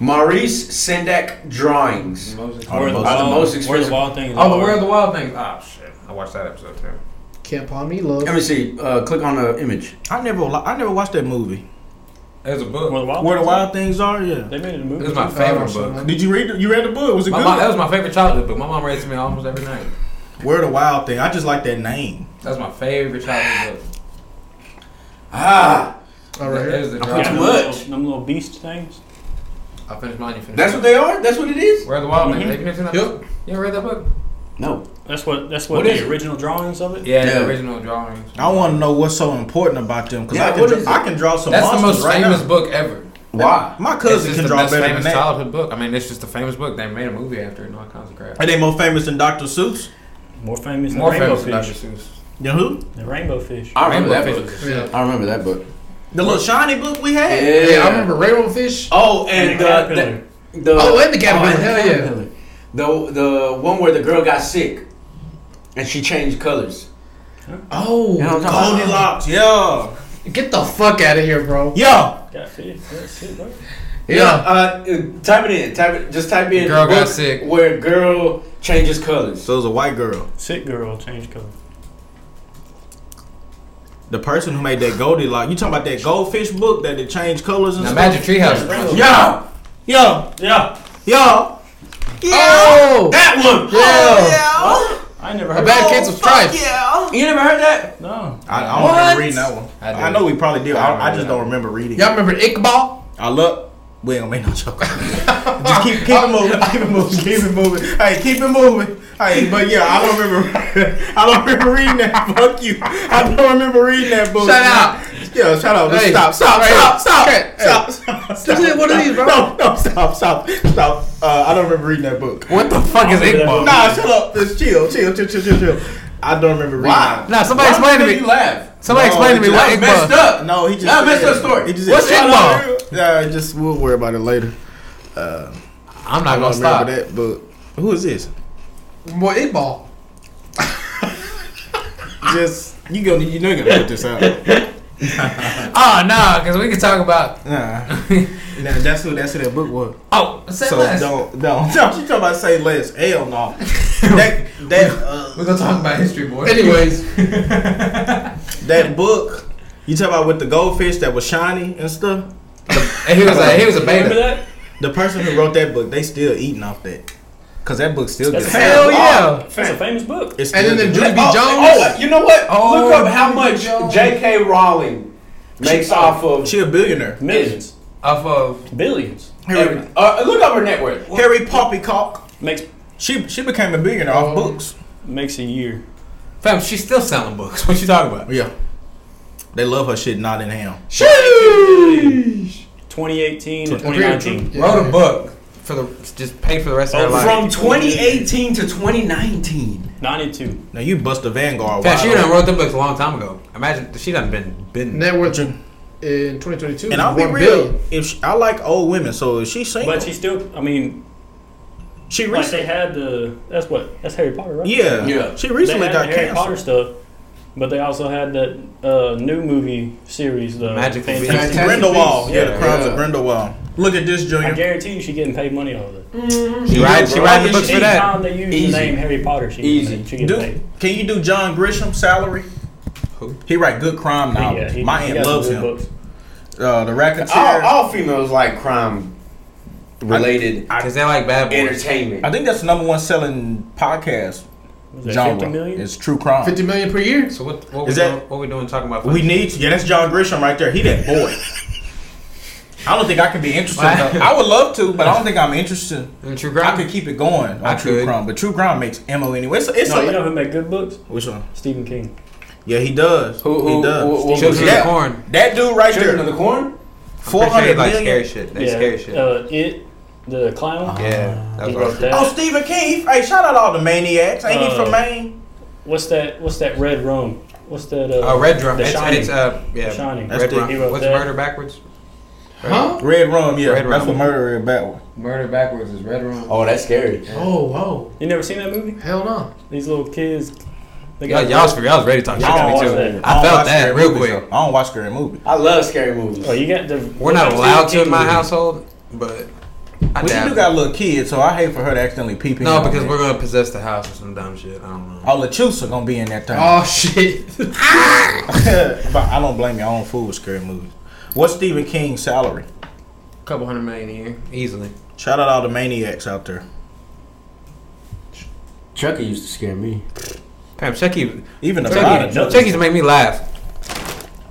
Speaker 2: Maurice Sendak drawings.
Speaker 3: Moses.
Speaker 1: Oh,
Speaker 4: Where the
Speaker 1: Are
Speaker 2: the
Speaker 4: wild,
Speaker 2: most
Speaker 4: where
Speaker 2: expensive-
Speaker 4: the wild things
Speaker 3: Oh, the
Speaker 4: are.
Speaker 3: Where the Wild Things. Oh shit! I watched that episode too.
Speaker 6: Can't pawn me, love.
Speaker 2: Let me see. Uh, click on the image.
Speaker 1: I never, li- I never watched that movie.
Speaker 3: It was a book.
Speaker 4: Where the wild.
Speaker 1: Where the
Speaker 4: Things
Speaker 1: Wild Things Are. Yeah.
Speaker 4: Are. They made a movie.
Speaker 3: It was my
Speaker 4: too.
Speaker 3: favorite book.
Speaker 1: Did you read? The, you read the book? Was it
Speaker 3: My
Speaker 1: Oh, good?
Speaker 3: mom, that was my favorite childhood book. My mom read it to me almost every night.
Speaker 1: Where the Wild Thing. I just like that name.
Speaker 3: That was my favorite childhood book.
Speaker 2: Ah,
Speaker 6: All right.
Speaker 3: It was the
Speaker 4: Yeah,
Speaker 2: Too
Speaker 4: them
Speaker 3: drama.
Speaker 2: much.
Speaker 4: little- Them little beast things.
Speaker 3: I finished mine. You finished.
Speaker 2: that's what they are. That's what it is.
Speaker 3: Where the Wild Man?
Speaker 1: Mm-hmm.
Speaker 4: Mhm.
Speaker 3: Have you mentioned that?
Speaker 6: Yep.
Speaker 3: book? You ever read that book?
Speaker 2: No.
Speaker 4: That's what. That's
Speaker 2: What
Speaker 4: what,
Speaker 2: is
Speaker 4: the
Speaker 2: it?
Speaker 4: original drawings of it.
Speaker 3: Yeah,
Speaker 2: Yeah.
Speaker 3: the original drawings.
Speaker 1: I want to know what's so important about them because
Speaker 2: Yeah,
Speaker 1: I can,
Speaker 2: what
Speaker 1: dra-
Speaker 2: is it?
Speaker 1: I can draw some
Speaker 3: That's the
Speaker 1: monsters
Speaker 3: most
Speaker 1: right
Speaker 3: famous
Speaker 1: now.
Speaker 3: book ever.
Speaker 2: Why?
Speaker 1: My
Speaker 3: It's
Speaker 1: cousin
Speaker 3: just
Speaker 1: can
Speaker 3: the
Speaker 1: draw
Speaker 3: best
Speaker 1: better than
Speaker 3: famous
Speaker 1: that.
Speaker 3: childhood book. I mean, it's just a famous book. They made a movie after it and all kinds of crap.
Speaker 1: Are they more famous than Dr. Seuss?
Speaker 4: More famous than
Speaker 3: More
Speaker 4: rainbow
Speaker 3: famous than Dr.
Speaker 4: fish.
Speaker 3: Seuss.
Speaker 1: You know who?
Speaker 4: The rainbow fish.
Speaker 2: I remember that
Speaker 3: Rainbow
Speaker 2: book.
Speaker 3: Fish.
Speaker 6: Yeah.
Speaker 2: I remember that book.
Speaker 1: The little shiny book we had.
Speaker 6: Yeah, I remember rainbow fish.
Speaker 2: Oh,
Speaker 4: And
Speaker 2: and
Speaker 4: the
Speaker 2: uh,
Speaker 4: caterpillar.
Speaker 2: the, the
Speaker 6: Oh, and the caterpillar,
Speaker 2: and the
Speaker 6: hell yeah.
Speaker 2: caterpillar. The the one where the girl got sick, and she changed colors. You know
Speaker 6: Oh,
Speaker 2: what I'm talking about?
Speaker 1: Goldilocks. Yeah.
Speaker 6: get the fuck out of here, bro.
Speaker 1: Yeah.
Speaker 4: Got fish. That's it, bro.
Speaker 2: Yeah. Uh, uh, type it in. Type it. Just type in.
Speaker 3: Girl got
Speaker 2: book
Speaker 3: sick.
Speaker 2: Where girl changes colors.
Speaker 1: So it was a white girl.
Speaker 4: Sick girl change color.
Speaker 1: The person who made that Goldilocks. You talking about that goldfish book that it changed colors and
Speaker 3: Now,
Speaker 1: stuff?
Speaker 3: Magic Treehouse.
Speaker 1: Yeah. Yeah.
Speaker 4: Yeah.
Speaker 1: Yeah. Yeah.
Speaker 6: Oh,
Speaker 2: That one.
Speaker 1: Oh,
Speaker 4: I ain't never
Speaker 6: a
Speaker 4: heard
Speaker 6: bad
Speaker 4: that.
Speaker 6: kids with stripes.
Speaker 1: yeah.
Speaker 2: You never heard that?
Speaker 4: No.
Speaker 1: I, I don't remember
Speaker 2: What?
Speaker 1: reading that one.
Speaker 3: I did.
Speaker 1: I, know we probably did.
Speaker 3: I
Speaker 1: I,
Speaker 3: don't
Speaker 1: I just
Speaker 3: know.
Speaker 1: don't remember reading.
Speaker 6: Y'all remember Iqbal?
Speaker 1: I love. We ain't gonna make no joke. Just keep, keep it moving, keep it moving, keep it moving. Hey, keep it moving. Hey, but yeah, I don't remember. I don't remember reading that. Fuck you. I don't remember reading that book.
Speaker 6: Shut up.
Speaker 1: Yeah, shut up.
Speaker 6: Hey.
Speaker 1: Stop. Stop.
Speaker 6: Hey.
Speaker 1: Stop. Stop.
Speaker 6: Hey.
Speaker 1: Stop. Stop. Stop.
Speaker 6: it, what it
Speaker 1: stop.
Speaker 6: is, bro.
Speaker 1: No, no. Stop. Stop. Stop. Uh, I don't remember reading that book.
Speaker 3: What the fuck is Iqbal?
Speaker 4: remember that book.
Speaker 1: Nah, shut up. Just chill. Chill. Chill. Chill. Chill. Chill. I don't remember reading.
Speaker 2: Why?
Speaker 1: that.
Speaker 3: Nah, somebody
Speaker 2: Why
Speaker 3: explain to
Speaker 2: did
Speaker 3: me.
Speaker 2: You laugh.
Speaker 3: Somebody
Speaker 1: No,
Speaker 3: explain to me
Speaker 1: it's
Speaker 3: what
Speaker 2: That messed
Speaker 3: Iqbal.
Speaker 2: up.
Speaker 1: No, he just.
Speaker 2: That messed up story.
Speaker 1: He just.
Speaker 3: What's
Speaker 1: Shut
Speaker 3: Iqbal?
Speaker 1: up. Nah, Uh, just we'll worry about it later. Uh,
Speaker 3: I'm not
Speaker 1: I
Speaker 3: gonna
Speaker 1: don't
Speaker 3: stop.
Speaker 1: remember that book. Who is this?
Speaker 6: Boy, Iqbal.
Speaker 1: Just you gonna you know you gonna put this out.
Speaker 3: Oh no, because we can talk about.
Speaker 1: Nah, nah, that's who that's who that book was.
Speaker 3: oh, say
Speaker 1: so
Speaker 3: less.
Speaker 1: don't don't don't you talking about say less? Hell no. that that uh,
Speaker 3: We're gonna talk about history, boy.
Speaker 6: Anyways,
Speaker 1: that book you talking about with the goldfish that was shiny and stuff.
Speaker 3: And he was a he was a
Speaker 4: Remember
Speaker 3: beta.
Speaker 4: that?
Speaker 1: The person who wrote that book, they still eating off that, cause that book still gets.
Speaker 4: That's
Speaker 1: sold.
Speaker 3: Hell yeah.
Speaker 4: It's a famous book.
Speaker 1: It's
Speaker 6: and then
Speaker 1: still
Speaker 6: the
Speaker 1: good.
Speaker 6: Judy B.
Speaker 2: Oh,
Speaker 6: Jones.
Speaker 2: oh, you know what?
Speaker 3: Oh,
Speaker 2: Look up how
Speaker 3: Judy
Speaker 2: much
Speaker 3: Jones.
Speaker 2: J.K. Rowling makes off of.
Speaker 1: She a billionaire.
Speaker 4: Millions.
Speaker 3: Off of
Speaker 4: Billions.
Speaker 1: Harry,
Speaker 2: every- Uh, look up her net worth.
Speaker 1: Harry Poppycock.
Speaker 4: Makes
Speaker 1: She she became a billionaire off books.
Speaker 4: makes a year.
Speaker 3: fam, she's still selling books. What you talking about?
Speaker 1: Yeah, they love her shit. Not in ham.
Speaker 4: 2018 to
Speaker 1: oh,
Speaker 6: Trump,
Speaker 4: 2019.
Speaker 6: yeah.
Speaker 3: Wrote a book for the just pay for the rest of her
Speaker 4: Oh,
Speaker 3: life.
Speaker 2: From 2018 to 2019.
Speaker 4: 92.
Speaker 1: Now you bust the Vanguard.
Speaker 3: fam, she
Speaker 1: wide
Speaker 3: done
Speaker 1: open.
Speaker 3: wrote the books a long time ago. Imagine she done been been.
Speaker 6: Net worth in 2022.
Speaker 1: And I'll be
Speaker 6: one
Speaker 1: real.
Speaker 6: billion.
Speaker 1: If she, I like old women, so if she single,
Speaker 4: But she still, I mean,
Speaker 1: she
Speaker 4: like
Speaker 1: recently,
Speaker 4: they had the, that's what, that's Harry Potter, right?
Speaker 1: yeah,
Speaker 2: Yeah.
Speaker 1: she
Speaker 4: They had
Speaker 1: recently
Speaker 4: the
Speaker 1: got
Speaker 4: Harry Potter
Speaker 1: cancer.
Speaker 4: stuff, but they also had that uh, new movie series, the
Speaker 3: Magic
Speaker 4: Fantastic.
Speaker 2: Beasts.
Speaker 1: Grindelwald, yeah,
Speaker 4: Yeah,
Speaker 1: the crimes
Speaker 2: yeah.
Speaker 1: of Grindelwald. Look at this,
Speaker 4: I
Speaker 1: Junior.
Speaker 4: guarantee you, she's getting paid money off of it.
Speaker 3: She writing she writing books for that.
Speaker 4: Anytime they use
Speaker 2: Easy.
Speaker 4: the name Harry Potter, she
Speaker 2: Easy.
Speaker 4: Easy. she gets
Speaker 1: Do,
Speaker 4: paid.
Speaker 1: can you do John Grisham salary?
Speaker 3: Who?
Speaker 1: He write good crime novels.
Speaker 4: Yeah, he-
Speaker 1: Oh, My
Speaker 4: he
Speaker 1: aunt
Speaker 4: got some
Speaker 1: loves
Speaker 4: good
Speaker 1: him.
Speaker 4: books. Oh,
Speaker 1: Uh, the Racketeer.
Speaker 2: All, all females like crime related
Speaker 3: Cause they like bad boys.
Speaker 2: entertainment.
Speaker 1: I think that's the number one selling podcast
Speaker 4: Was that
Speaker 1: genre.
Speaker 4: 50 million?
Speaker 1: It's true crime.
Speaker 6: 50 million per year.
Speaker 3: So what what we
Speaker 1: Is that-
Speaker 3: doing, what we doing talking about?
Speaker 1: We need to. Yeah, that's John Grisham right there. He that boy. I don't think I could be interested.
Speaker 3: Why?
Speaker 1: enough. I would love to, but I don't think I'm interested.
Speaker 3: In true
Speaker 1: I
Speaker 3: crime?
Speaker 1: could keep it going on
Speaker 3: I
Speaker 1: True
Speaker 3: could.
Speaker 1: Crime, but True Crime makes Emma anyway. It's, it's
Speaker 4: No,
Speaker 1: a,
Speaker 4: you know who make good books?
Speaker 1: which one?
Speaker 4: Stephen King.
Speaker 1: Yeah, he does.
Speaker 2: Who- who-
Speaker 1: he does.
Speaker 2: who- who-
Speaker 3: Children
Speaker 1: Yeah.
Speaker 3: of the Corn.
Speaker 1: That dude right
Speaker 2: Children of
Speaker 1: there,
Speaker 2: the Corn?
Speaker 1: four
Speaker 3: Appreciate,
Speaker 1: hundred
Speaker 3: like scary
Speaker 1: million.
Speaker 3: shit. They scary shit.
Speaker 4: Uh, it, the clown.
Speaker 3: yeah, that was
Speaker 4: He wrote
Speaker 3: awesome.
Speaker 4: that.
Speaker 1: Oh, Stephen King. Hey, shout out all the maniacs. Ain't he
Speaker 4: Uh,
Speaker 1: from Maine?
Speaker 4: What's that? What's that red rum? What's that? Uh,
Speaker 3: Uh, Red Drum.
Speaker 4: The
Speaker 3: It's,
Speaker 4: Shining.
Speaker 3: it's uh yeah.
Speaker 4: The Shining.
Speaker 1: That's
Speaker 3: Red
Speaker 1: the-
Speaker 3: Drum.
Speaker 4: he wrote
Speaker 3: What's
Speaker 4: that.
Speaker 3: murder backwards?
Speaker 6: Huh?
Speaker 1: Red Rum. Yeah,
Speaker 3: Red
Speaker 1: that's
Speaker 3: Rum.
Speaker 1: what murder is backward.
Speaker 3: Murder backwards is Red Rum.
Speaker 2: Oh, that's scary.
Speaker 6: Oh, whoa.
Speaker 4: you never seen that movie?
Speaker 6: Hell no.
Speaker 4: These little kids. They
Speaker 3: Y'all, y'all, was, y'all was ready to talk shit
Speaker 4: I don't
Speaker 3: to me
Speaker 4: watch
Speaker 3: too.
Speaker 4: that.
Speaker 1: don't
Speaker 3: I
Speaker 1: watch
Speaker 3: felt that
Speaker 1: scary
Speaker 3: real
Speaker 1: movies,
Speaker 3: quick.
Speaker 1: though. I don't watch scary movies.
Speaker 2: I love scary movies.
Speaker 4: Oh, you got the.
Speaker 3: We're not
Speaker 4: you got
Speaker 3: allowed to
Speaker 4: Stephen
Speaker 3: in my
Speaker 4: King movies.
Speaker 3: household, but I
Speaker 1: But you
Speaker 3: dab.
Speaker 1: do got a little kid, so I hate for her to accidentally peep in.
Speaker 3: no,
Speaker 1: on
Speaker 3: because
Speaker 1: that.
Speaker 3: we're gonna possess the house or some dumb shit. I don't know.
Speaker 1: all the chooks are gonna be in that time.
Speaker 6: Oh, shit.
Speaker 1: but I don't blame you. I don't fool with scary movies. What's Stephen King's salary?
Speaker 3: A couple hundred million a year, easily.
Speaker 1: Shout out all the maniacs out there.
Speaker 2: Chucky used to scare me.
Speaker 3: Damn, Chucky,
Speaker 1: Even the
Speaker 3: Chucky,
Speaker 1: body.
Speaker 3: Chucky's make me laugh.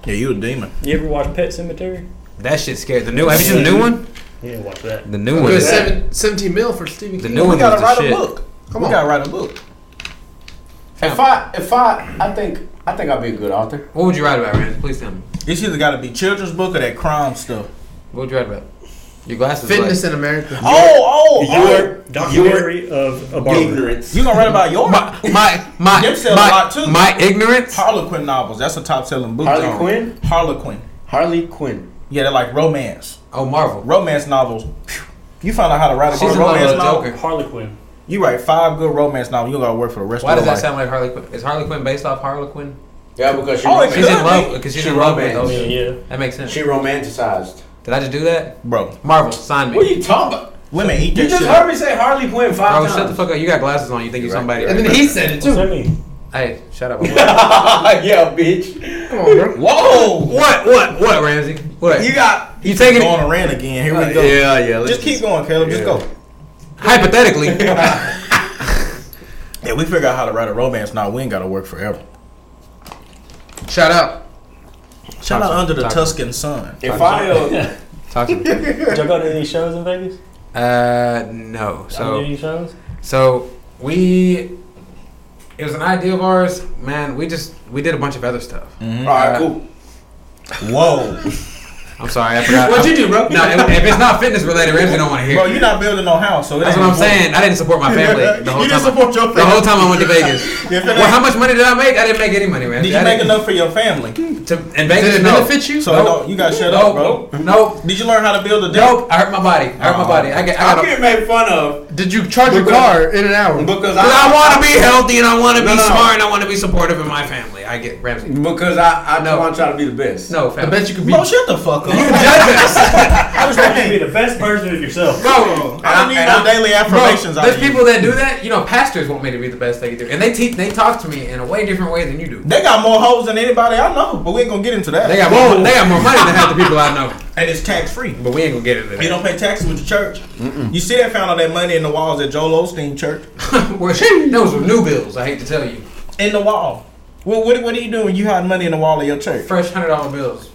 Speaker 1: Yeah, you a demon.
Speaker 4: You ever watch Pet Cemetery?
Speaker 3: That shit scared the new. Have you seen the new one?
Speaker 4: Yeah, watch that.
Speaker 3: The new one.
Speaker 6: Good
Speaker 3: is-
Speaker 6: seven, 17 mil for Stephen
Speaker 3: The
Speaker 6: King.
Speaker 3: new one
Speaker 1: We
Speaker 3: was
Speaker 1: gotta
Speaker 3: the
Speaker 1: write
Speaker 3: shit.
Speaker 1: a book.
Speaker 6: Come
Speaker 1: we
Speaker 6: on.
Speaker 1: gotta write a book.
Speaker 2: If I, if I, I think, I think I'd be a good author.
Speaker 3: What would you write about, Rand? Please tell me.
Speaker 1: It's either gotta be children's book or that crime stuff.
Speaker 3: What would you write about? Your glasses.
Speaker 6: Fitness in America.
Speaker 1: Oh, oh,
Speaker 2: Your
Speaker 4: Documentary of a barber.
Speaker 1: oh.
Speaker 2: ignorance.
Speaker 1: You gonna write about your
Speaker 3: my my my
Speaker 1: Them sell a lot,
Speaker 3: my,
Speaker 1: too.
Speaker 3: my ignorance.
Speaker 1: Harlequin novels? That's a top selling book.
Speaker 2: Harley
Speaker 1: genre.
Speaker 2: Quinn?
Speaker 1: Harlequin.
Speaker 2: Harley Quinn.
Speaker 1: Yeah, they're like romance.
Speaker 3: Oh, Marvel.
Speaker 1: Romance novels. phew, You found out how to write a
Speaker 3: She's
Speaker 1: good
Speaker 3: in love with
Speaker 1: romance
Speaker 3: a
Speaker 1: novel.
Speaker 3: Joker.
Speaker 4: Harley Quinn.
Speaker 1: You write five good romance novels. You gotta work for the rest
Speaker 3: Why
Speaker 1: of your
Speaker 3: does that
Speaker 1: life.
Speaker 3: sound like Harley Quinn? Is Harley Quinn based off Harlequin?
Speaker 2: Yeah, because she
Speaker 1: Oh, it
Speaker 3: She's
Speaker 1: could
Speaker 3: in
Speaker 1: be.
Speaker 3: love because she's
Speaker 2: She
Speaker 3: in love with
Speaker 2: romanced.
Speaker 3: those.
Speaker 4: Yeah, yeah.
Speaker 3: That makes sense.
Speaker 2: she romanticized.
Speaker 3: Did I just do that?
Speaker 1: Bro,
Speaker 3: Marvel, sign me.
Speaker 2: What are you talking about?
Speaker 1: women eat
Speaker 2: You
Speaker 1: that
Speaker 2: just
Speaker 1: shit.
Speaker 2: heard me say Harley Quinn five
Speaker 3: Bro,
Speaker 2: times.
Speaker 3: shut the fuck up. You got glasses on. You think you're somebody.
Speaker 6: And then he said it
Speaker 4: What's that
Speaker 6: too.
Speaker 4: mean?
Speaker 3: Hey, shut up. What?
Speaker 2: yeah, bitch.
Speaker 6: Come on, bro.
Speaker 1: Whoa!
Speaker 3: What? What, Ramsey? What?
Speaker 1: You got
Speaker 3: You taking
Speaker 1: going
Speaker 3: it?
Speaker 1: on rant again. Here we go.
Speaker 2: Yeah, yeah. let's
Speaker 1: Just keep going, Caleb. Just go.
Speaker 3: Hypothetically.
Speaker 1: Yeah, we figure out how to write a romance now. We ain't gotta work forever.
Speaker 6: Shout out.
Speaker 1: Shout out
Speaker 3: Toxic.
Speaker 1: under the
Speaker 3: Toxic.
Speaker 1: Tuscan sun.
Speaker 2: If I uh,
Speaker 3: Talk to me.
Speaker 4: Did y'all go to any shows in Vegas?
Speaker 3: Uh, no. So.
Speaker 4: any shows?
Speaker 3: So we, it was an idea of ours, man. We just we did a bunch of other stuff.
Speaker 2: all right, cool.
Speaker 1: Whoa,
Speaker 3: I'm sorry, I forgot.
Speaker 6: What'd you do, bro?
Speaker 3: No, if, if it's not fitness related, Ramsey don't want to hear.
Speaker 1: bro,
Speaker 3: it.
Speaker 1: you're not building no house, so it
Speaker 3: That's
Speaker 1: ain't
Speaker 3: what I'm
Speaker 1: important.
Speaker 3: saying. I didn't support my family the whole
Speaker 1: you
Speaker 3: time.
Speaker 1: didn't support your family.
Speaker 3: the whole time I went to Vegas.
Speaker 1: If it
Speaker 3: Well,
Speaker 1: ain't-
Speaker 3: how much money did I make? I didn't make any money, man.
Speaker 1: Did you make enough for your family?
Speaker 3: To, in
Speaker 6: Did
Speaker 3: Vegas,
Speaker 6: it
Speaker 3: no.
Speaker 6: benefit you?
Speaker 1: So
Speaker 3: Nope.
Speaker 1: don't- you got shut up,
Speaker 3: Nope,
Speaker 1: bro.
Speaker 3: nope, nope,
Speaker 1: Did you learn how to build a deck?
Speaker 3: nope. I hurt my body. I hurt my
Speaker 1: Oh.
Speaker 3: body. I get. I
Speaker 2: I'm
Speaker 3: got.
Speaker 2: getting made fun of
Speaker 6: Did you charge your
Speaker 2: Because-
Speaker 6: car in an hour?
Speaker 2: because I,
Speaker 3: Because I want to be healthy and I want to be
Speaker 2: No, no.
Speaker 3: smart and I want to be supportive in my family. I get Ramsey.
Speaker 2: because I I
Speaker 3: No.
Speaker 2: want to try to be the best.
Speaker 3: No,
Speaker 6: I
Speaker 3: family.
Speaker 6: bet you could be.
Speaker 1: Bro, shut the fuck up.
Speaker 3: You judge us.
Speaker 4: I was trying to be the best version of yourself.
Speaker 3: Bro,
Speaker 1: I don't need
Speaker 3: and
Speaker 1: no daily affirmations
Speaker 3: Bro,
Speaker 1: out
Speaker 3: there's
Speaker 1: of you.
Speaker 3: people that do that. You know, pastors want me to be the best they can do, and they teach, they talk to me in a way different way than you do.
Speaker 1: They got more hoes than anybody I know, but we ain't gonna get into that.
Speaker 3: They got more, they got more money than half the people I know,
Speaker 1: and it's tax free.
Speaker 3: but we ain't gonna get into
Speaker 1: You don't
Speaker 3: that.
Speaker 1: pay taxes with the church. You see, they found all that money in the walls at Joel Osteen Church.
Speaker 3: Well, shit, those were new bills. I hate to tell you,
Speaker 1: In the wall. Well, what, what do you do when you hide money in the wall of your church?
Speaker 3: fresh hundred dollar bills.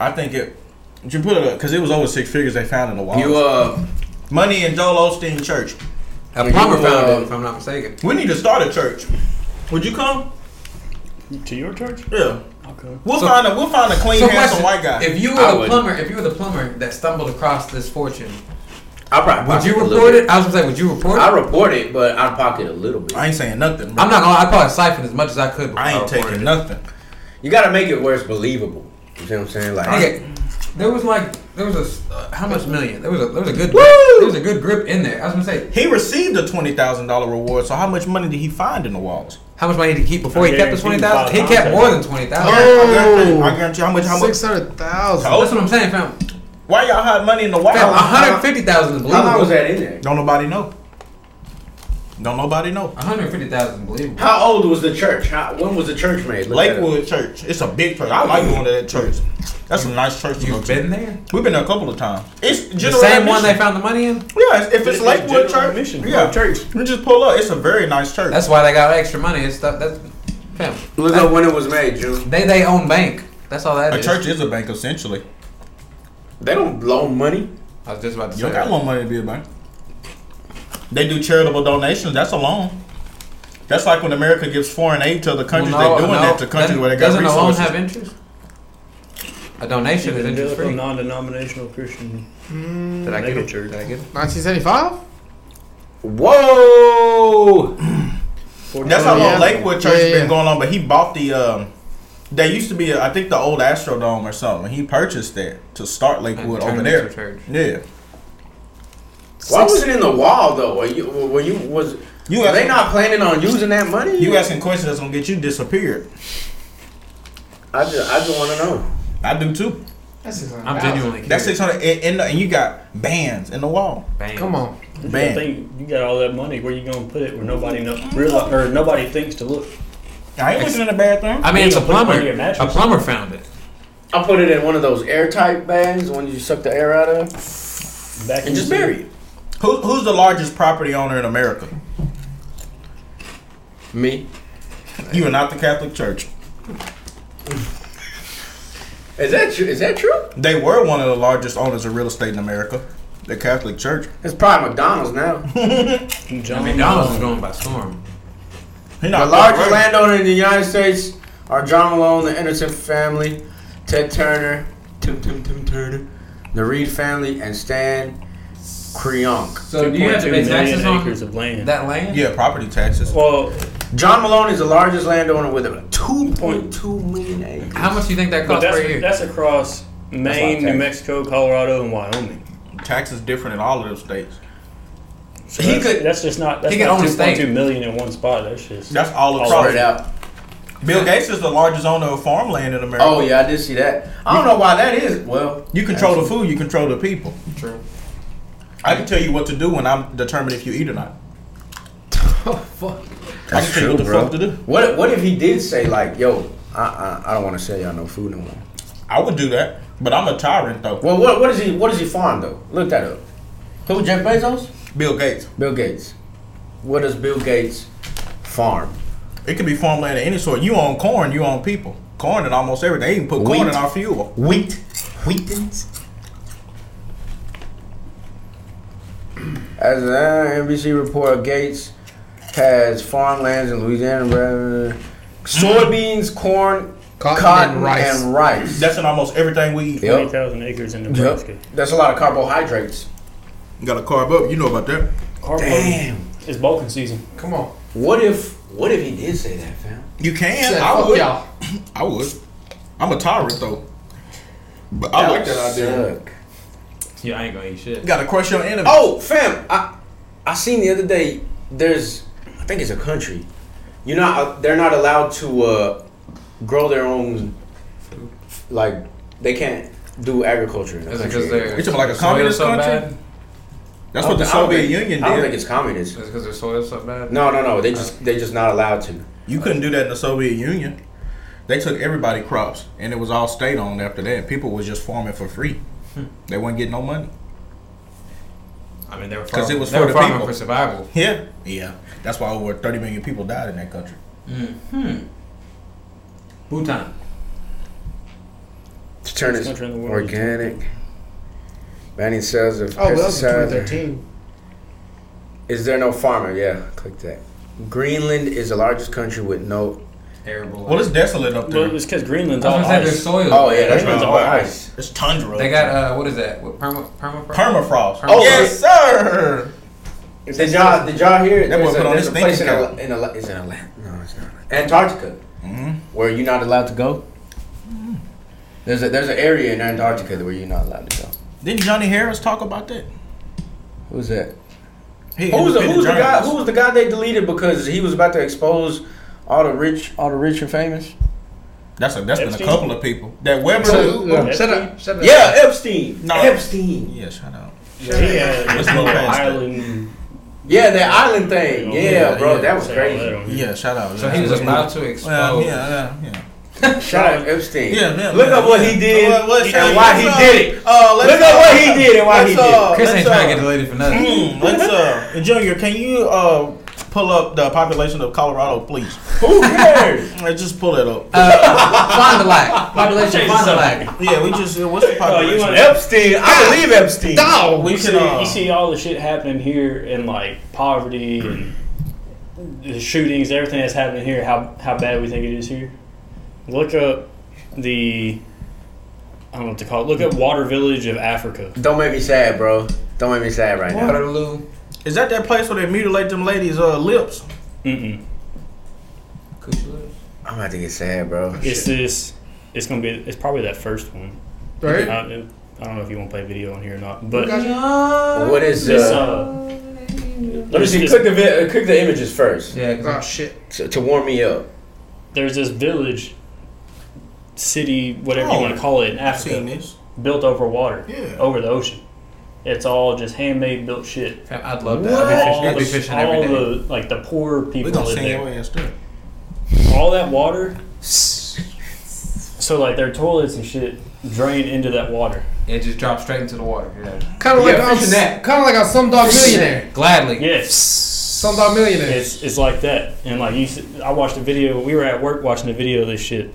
Speaker 1: I think it. Did you put it up? Because it was over six figures they found in the wall.
Speaker 2: You uh,
Speaker 1: money in Joel Osteen Church.
Speaker 3: A plumber
Speaker 2: you,
Speaker 3: found
Speaker 2: uh,
Speaker 3: it, if I'm not mistaken.
Speaker 1: We need to start a church. Would you come?
Speaker 4: To your church?
Speaker 1: Yeah.
Speaker 4: Okay.
Speaker 1: We'll
Speaker 3: So-
Speaker 1: find a we'll find a clean,
Speaker 3: So
Speaker 1: handsome
Speaker 3: question,
Speaker 1: white guy.
Speaker 3: If
Speaker 2: I
Speaker 3: you were the
Speaker 2: would.
Speaker 3: plumber, if you were the plumber that stumbled across this fortune,
Speaker 2: I probably
Speaker 3: would
Speaker 2: pocket a
Speaker 3: you
Speaker 2: little
Speaker 3: report
Speaker 2: bit.
Speaker 3: it? I was gonna say, would you report it?
Speaker 2: I report it, but I pocket a little bit.
Speaker 1: I ain't saying nothing. Bro.
Speaker 3: I'm Oh, not gonna. lie, I probably siphoned as much as I could. Before
Speaker 1: I ain't
Speaker 3: reported
Speaker 1: taking
Speaker 3: it.
Speaker 1: nothing.
Speaker 2: You gotta make it where it's believable. You see what I'm saying? Like,
Speaker 3: Nigga, there was like there was a s- uh, how much million? There was a there was a good grip, there was a good grip in there. I was gonna say
Speaker 1: He received a twenty thousand dollar reward. So how much money did he find in the walls?
Speaker 3: how much money did he keep before he
Speaker 4: I
Speaker 3: kept the
Speaker 4: guarantee
Speaker 3: twenty
Speaker 4: you
Speaker 3: thousand. He
Speaker 4: five
Speaker 3: kept
Speaker 4: times
Speaker 3: more
Speaker 4: that.
Speaker 3: than twenty
Speaker 1: I
Speaker 3: thousand.
Speaker 1: guarantee-
Speaker 6: Oh.
Speaker 1: I guarantee how much. How much?
Speaker 6: Six hundred thousand.
Speaker 1: Oh.
Speaker 3: That's what I'm saying, fam.
Speaker 1: Why y'all hide money in the wall?
Speaker 3: Fam, one
Speaker 1: Don't
Speaker 3: hundred fifty thousand is
Speaker 2: how long
Speaker 3: believable.
Speaker 2: was that in there?
Speaker 1: nobody know. Don't nobody know.
Speaker 3: One hundred fifty thousand is believable.
Speaker 2: How old was the church? How, when was the church made? Look that up.
Speaker 1: Lakewood Church. It's a big church. I like going to that church. That's a nice church. to go
Speaker 3: You've
Speaker 1: to.
Speaker 3: been there.
Speaker 1: We've been there a couple of times. It's
Speaker 3: The
Speaker 1: general
Speaker 3: same one they
Speaker 1: admission.
Speaker 3: found the money in.
Speaker 1: Yeah, if it's
Speaker 4: It's
Speaker 1: Lakewood
Speaker 4: general
Speaker 1: Church,
Speaker 4: admission.
Speaker 1: yeah,
Speaker 4: Like church.
Speaker 1: We just pull up. It's a very nice church.
Speaker 3: That's why they got extra money and stuff. That's fam.
Speaker 2: Look up when it was made, June.
Speaker 3: They they own bank. That's all that
Speaker 1: a
Speaker 3: is.
Speaker 1: church is a bank essentially.
Speaker 2: They don't loan money.
Speaker 3: I was just about to
Speaker 1: You
Speaker 3: say.
Speaker 1: don't got no money to be a bank. They do charitable donations. That's a loan. That's like when America gives foreign aid to other countries.
Speaker 3: Well, no,
Speaker 1: They're doing
Speaker 3: no,
Speaker 1: that to countries
Speaker 3: doesn't-
Speaker 1: where they got
Speaker 3: Doesn't a loan
Speaker 1: resources.
Speaker 3: have interest? A donation is interest
Speaker 4: Evangelical
Speaker 3: free.
Speaker 4: non-denominational Christian.
Speaker 3: Did I get it?
Speaker 4: Megachurch.
Speaker 3: Did I get it?
Speaker 6: Nineteen seventy-five.
Speaker 2: Whoa!
Speaker 1: That's how
Speaker 6: Oh,
Speaker 1: long
Speaker 6: yeah.
Speaker 1: Lakewood Church
Speaker 6: Yeah, yeah,
Speaker 1: has
Speaker 6: yeah.
Speaker 1: been going on. But he bought the. Um, they used to be, I think, the old Astrodome or something. He purchased that to start Lakewood
Speaker 3: Turn
Speaker 1: over
Speaker 3: it
Speaker 1: there.
Speaker 3: into a church.
Speaker 1: Yeah,
Speaker 2: Why was it in the wall though? Were you? Were you? Was
Speaker 1: You
Speaker 2: were
Speaker 1: ask-
Speaker 2: they not planning on using that money?
Speaker 1: you asking questions that's gonna get you disappeared.
Speaker 2: I just, I just want to know.
Speaker 1: I do too.
Speaker 6: That's six hundred.
Speaker 3: I'm genuinely
Speaker 1: That's six
Speaker 3: curious.
Speaker 1: hundred, and, and, and you got bands in the wall.
Speaker 3: Bang.
Speaker 6: Come on.
Speaker 4: I
Speaker 1: Bang.
Speaker 4: think you got all that money. Where you gonna put it? Where nobody know, realize, or nobody thinks to look.
Speaker 1: I ain't looking in the bathroom.
Speaker 3: I mean,
Speaker 4: You
Speaker 3: it's a
Speaker 4: gonna put it
Speaker 3: plumber.
Speaker 4: under your
Speaker 3: A
Speaker 4: mattress?
Speaker 3: plumber found it.
Speaker 2: I put it in one of those airtight bags, the one you suck the air out of,
Speaker 4: Back in
Speaker 2: and just
Speaker 4: the-
Speaker 2: bury it.
Speaker 1: Who, who's the largest property owner in America?
Speaker 2: Me.
Speaker 1: You are not the Catholic Church.
Speaker 2: Is that true? Is that true?
Speaker 1: They were one of the largest owners of real estate in America, the Catholic Church.
Speaker 2: It's probably McDonald's now.
Speaker 3: I
Speaker 4: John
Speaker 3: mean, McDonald's is going by storm.
Speaker 1: He
Speaker 2: The
Speaker 1: not
Speaker 2: largest
Speaker 1: right.
Speaker 2: landowner in the United States are John Malone, the Anderson family, Ted Turner, Tim Tim Tim Turner, the Reed family, and Stan Creonk.
Speaker 3: So do you have to
Speaker 4: 2.2
Speaker 3: pay
Speaker 4: million
Speaker 3: taxes
Speaker 4: acres
Speaker 3: on
Speaker 4: of land.
Speaker 3: that land?
Speaker 1: Yeah, property taxes.
Speaker 4: well,
Speaker 2: John Malone is the largest landowner with a 2.2 million acres.
Speaker 3: How much do you think that
Speaker 4: but
Speaker 3: costs
Speaker 4: that's
Speaker 3: per year?
Speaker 4: that's across Maine, New
Speaker 2: taxes.
Speaker 4: Mexico, Colorado, and Wyoming.
Speaker 1: Taxes different in all of those states.
Speaker 4: So
Speaker 3: He
Speaker 4: that's,
Speaker 3: could-
Speaker 4: That's just not. That's
Speaker 3: he could
Speaker 4: not
Speaker 3: own a
Speaker 4: two point
Speaker 3: state.
Speaker 4: two million in one spot. That's just.
Speaker 1: That's all
Speaker 4: All
Speaker 1: across.
Speaker 2: Spread out.
Speaker 1: Bill Gates is the largest owner of farmland in America.
Speaker 2: Oh yeah, I did see that. I don't know why that is. Well,
Speaker 1: You control the food, you control the people.
Speaker 7: True.
Speaker 1: I can tell you what to do when I'm determined if you eat or not.
Speaker 6: Oh, fuck.
Speaker 1: I can tell you what the fuck to do.
Speaker 2: What what if he did say like, "Yo, I I, I don't want to sell y'all no food no more."
Speaker 1: I would do that, but I'm a tyrant though.
Speaker 2: Well, what what is he what is he farm though? Look that up. Who Jeff Bezos?
Speaker 1: Bill Gates.
Speaker 2: Bill Gates. What does Bill Gates farm?
Speaker 1: It could be farmland of any sort. You own corn, you own people. Corn and almost everything. They even put corn in
Speaker 2: Wheat.
Speaker 1: our fuel.
Speaker 2: Wheat. Wheatins. As an NBC report, Gates has farmlands in Louisiana, blah, blah, blah.
Speaker 1: Mm-hmm.
Speaker 2: soybeans, corn,
Speaker 6: Cotton,
Speaker 2: cotton,
Speaker 6: and rice.
Speaker 2: and rice.
Speaker 1: That's in almost everything we eat.
Speaker 2: Yep.
Speaker 4: Twenty thousand acres in Nebraska.
Speaker 2: Yep. That's a lot of carbohydrates.
Speaker 1: You gotta carve up. You know about that.
Speaker 4: Carbo-
Speaker 2: Damn.
Speaker 4: It's bulking season.
Speaker 6: Come on.
Speaker 2: What if what if he did say that, fam?
Speaker 1: You can.
Speaker 6: Said,
Speaker 1: I
Speaker 6: fuck
Speaker 1: would.
Speaker 6: y'all.
Speaker 1: I would. I'm a tyrant though. But I like that idea.
Speaker 2: Suck.
Speaker 3: Yeah, I ain't gonna eat shit.
Speaker 1: You gotta crush your enemy.
Speaker 2: Oh, fam, I I seen the other day. There's I think it's a country. You're not. They're not allowed to uh, grow their own. Like they can't do agriculture. In the
Speaker 3: Is it
Speaker 2: country.
Speaker 3: because they're
Speaker 1: It's like a
Speaker 3: soil
Speaker 1: communist
Speaker 3: so
Speaker 1: country?
Speaker 3: bad?
Speaker 1: That's
Speaker 2: I
Speaker 1: what
Speaker 2: don't
Speaker 1: the
Speaker 2: think- I don't
Speaker 1: Soviet
Speaker 2: think-
Speaker 1: Union
Speaker 2: I don't think
Speaker 1: did.
Speaker 2: it's communist.
Speaker 3: Is it because their soil's so bad?
Speaker 2: No, no, no. They just they just not allowed to.
Speaker 1: You couldn't do that in the Soviet Union. They took everybody crops, and it was all state owned after that. People was just farming for free. They weren't getting no money.
Speaker 3: I mean, they were
Speaker 1: 'Cause
Speaker 3: farming,
Speaker 1: it was
Speaker 3: they
Speaker 1: for
Speaker 3: were
Speaker 1: the
Speaker 3: farming
Speaker 1: people.
Speaker 3: for survival.
Speaker 1: Yeah, yeah. That's why over 30 million people died in that country.
Speaker 3: Hmm. Bhutan.
Speaker 2: To turn
Speaker 4: This
Speaker 2: it
Speaker 4: country in the world.
Speaker 2: organic. Banning sales of
Speaker 7: Oh, but that was in
Speaker 2: pesticides.
Speaker 7: 2013.
Speaker 2: Is there no farmer? Yeah, click that. Greenland is the largest country with no.
Speaker 3: Terrible.
Speaker 1: Well, it's desolate up
Speaker 4: Well,
Speaker 1: there.
Speaker 4: it's because Greenland's
Speaker 3: I was
Speaker 4: all
Speaker 3: gonna say their
Speaker 4: ice.
Speaker 3: soil.
Speaker 2: Oh yeah, that's
Speaker 1: Greenland's
Speaker 2: all
Speaker 1: all
Speaker 2: ice.
Speaker 1: It's tundra.
Speaker 3: They got uh, what is that? What, perma perma
Speaker 1: permafrost.
Speaker 3: Permafrost.
Speaker 1: yes, sir.
Speaker 2: Oh, Did y'all did y'all hear?
Speaker 1: That boy
Speaker 2: There's a,
Speaker 1: put on
Speaker 2: there's a
Speaker 1: his
Speaker 2: place in,
Speaker 1: thinking
Speaker 2: Al- in, Al- is in Atlanta. No, it's not Mm-hmm. Antarctica,
Speaker 1: Mhm.
Speaker 2: where you're not allowed to go. Mm-hmm. There's a there's an area in Antarctica where you're not allowed to go.
Speaker 1: Didn't Johnny Harris talk about that?
Speaker 2: Who's that?
Speaker 1: He
Speaker 2: Who's the, who's the
Speaker 1: independent
Speaker 2: guy?
Speaker 1: journalist.
Speaker 2: Who was the guy they deleted because he was about to expose all the rich, all the rich and famous?
Speaker 1: That's a, that's been a
Speaker 4: Epstein?
Speaker 1: couple of people. That Weber.
Speaker 6: So,
Speaker 7: Yeah.
Speaker 6: uh, shut up. Shut up.
Speaker 2: Yeah, Epstein.
Speaker 1: No.
Speaker 2: Epstein.
Speaker 1: yeah, shout out.
Speaker 4: Yeah,
Speaker 1: Let's
Speaker 4: it's
Speaker 1: move
Speaker 4: little
Speaker 1: past that.
Speaker 4: island.
Speaker 2: Yeah, that island thing.
Speaker 4: Oh,
Speaker 2: Yeah,
Speaker 1: yeah,
Speaker 2: bro,
Speaker 1: yeah.
Speaker 2: that was
Speaker 4: say all
Speaker 2: crazy.
Speaker 4: that on here.
Speaker 1: Yeah, shout out.
Speaker 3: So he was Oh. about to explode.
Speaker 1: Well, yeah, yeah, yeah.
Speaker 2: Shout out Epstein.
Speaker 1: Yeah, man.
Speaker 2: Look up what he did
Speaker 1: What- what-
Speaker 2: and why he
Speaker 1: let's, uh,
Speaker 2: did it.
Speaker 1: Uh, let's,
Speaker 2: Look up
Speaker 1: uh,
Speaker 2: what he did and why he
Speaker 1: let's,
Speaker 2: did it.
Speaker 1: uh,
Speaker 3: Chris ain't
Speaker 1: let's,
Speaker 3: trying to get
Speaker 1: uh,
Speaker 3: deleted for nothing.
Speaker 1: mm, Let's uh, Junior, can you uh pull up the population of Colorado, please?
Speaker 2: Who cares?
Speaker 1: Let's just pull it up.
Speaker 3: Uh,
Speaker 6: Fond du Lac. Population Fond du Lac.
Speaker 1: yeah, we just uh, what's the
Speaker 4: Oh, you
Speaker 1: population?
Speaker 4: want
Speaker 2: Epstein. I believe Epstein.
Speaker 6: No.
Speaker 1: we
Speaker 4: you
Speaker 1: can.
Speaker 4: see,
Speaker 1: Uh,
Speaker 4: you see all the shit happening here in like poverty and
Speaker 1: Mm-hmm.
Speaker 4: the shootings, everything that's happening here. How how bad we think it is here. Look up the I don't know what to call it. Look up Water Village of Africa.
Speaker 2: Don't make me sad, bro. Don't make me sad right now.
Speaker 3: Waterloo.
Speaker 1: is that that place where they mutilate them ladies' uh lips? Oh,
Speaker 4: Mm-mm.
Speaker 3: Kuchula.
Speaker 2: I'm about to get sad, bro.
Speaker 4: It's this. It's gonna be. It's probably that first one. I,
Speaker 6: Right?
Speaker 4: I don't know if you want to play video on here or not, but
Speaker 2: What is
Speaker 4: this.
Speaker 2: this? Uh,
Speaker 4: Uh,
Speaker 2: let me
Speaker 4: there's
Speaker 2: see.
Speaker 4: this
Speaker 2: Click the vi- uh, click the images first
Speaker 3: Yeah, 'cause
Speaker 6: Oh, shit.
Speaker 2: to, to warm me up.
Speaker 4: there's this village, city, whatever
Speaker 1: Oh,
Speaker 4: you want to call it, in
Speaker 1: I've
Speaker 4: Africa.
Speaker 1: seen this.
Speaker 4: built over water,
Speaker 1: Yeah.
Speaker 4: over the ocean. It's all just handmade built shit.
Speaker 3: Fam, I'd love that. I'd be fishing, I'd be
Speaker 4: the-
Speaker 3: fishing
Speaker 4: all
Speaker 3: every day.
Speaker 4: the like the poor
Speaker 1: We're
Speaker 4: people
Speaker 1: gonna
Speaker 4: live
Speaker 1: send your
Speaker 4: there.
Speaker 1: ass there.
Speaker 4: All that water. So like their toilets and shit drain into that water.
Speaker 3: It just drops straight into the water. Yeah.
Speaker 6: Kind of like
Speaker 2: Yeah,
Speaker 6: on
Speaker 2: fishing that.
Speaker 6: Kind of like on Some Dog Millionaire.
Speaker 3: Gladly.
Speaker 4: Yes.
Speaker 6: Some Dog Millionaire.
Speaker 4: It's it's like that. And like you, s- I watched a video. We were at work watching a video of this shit.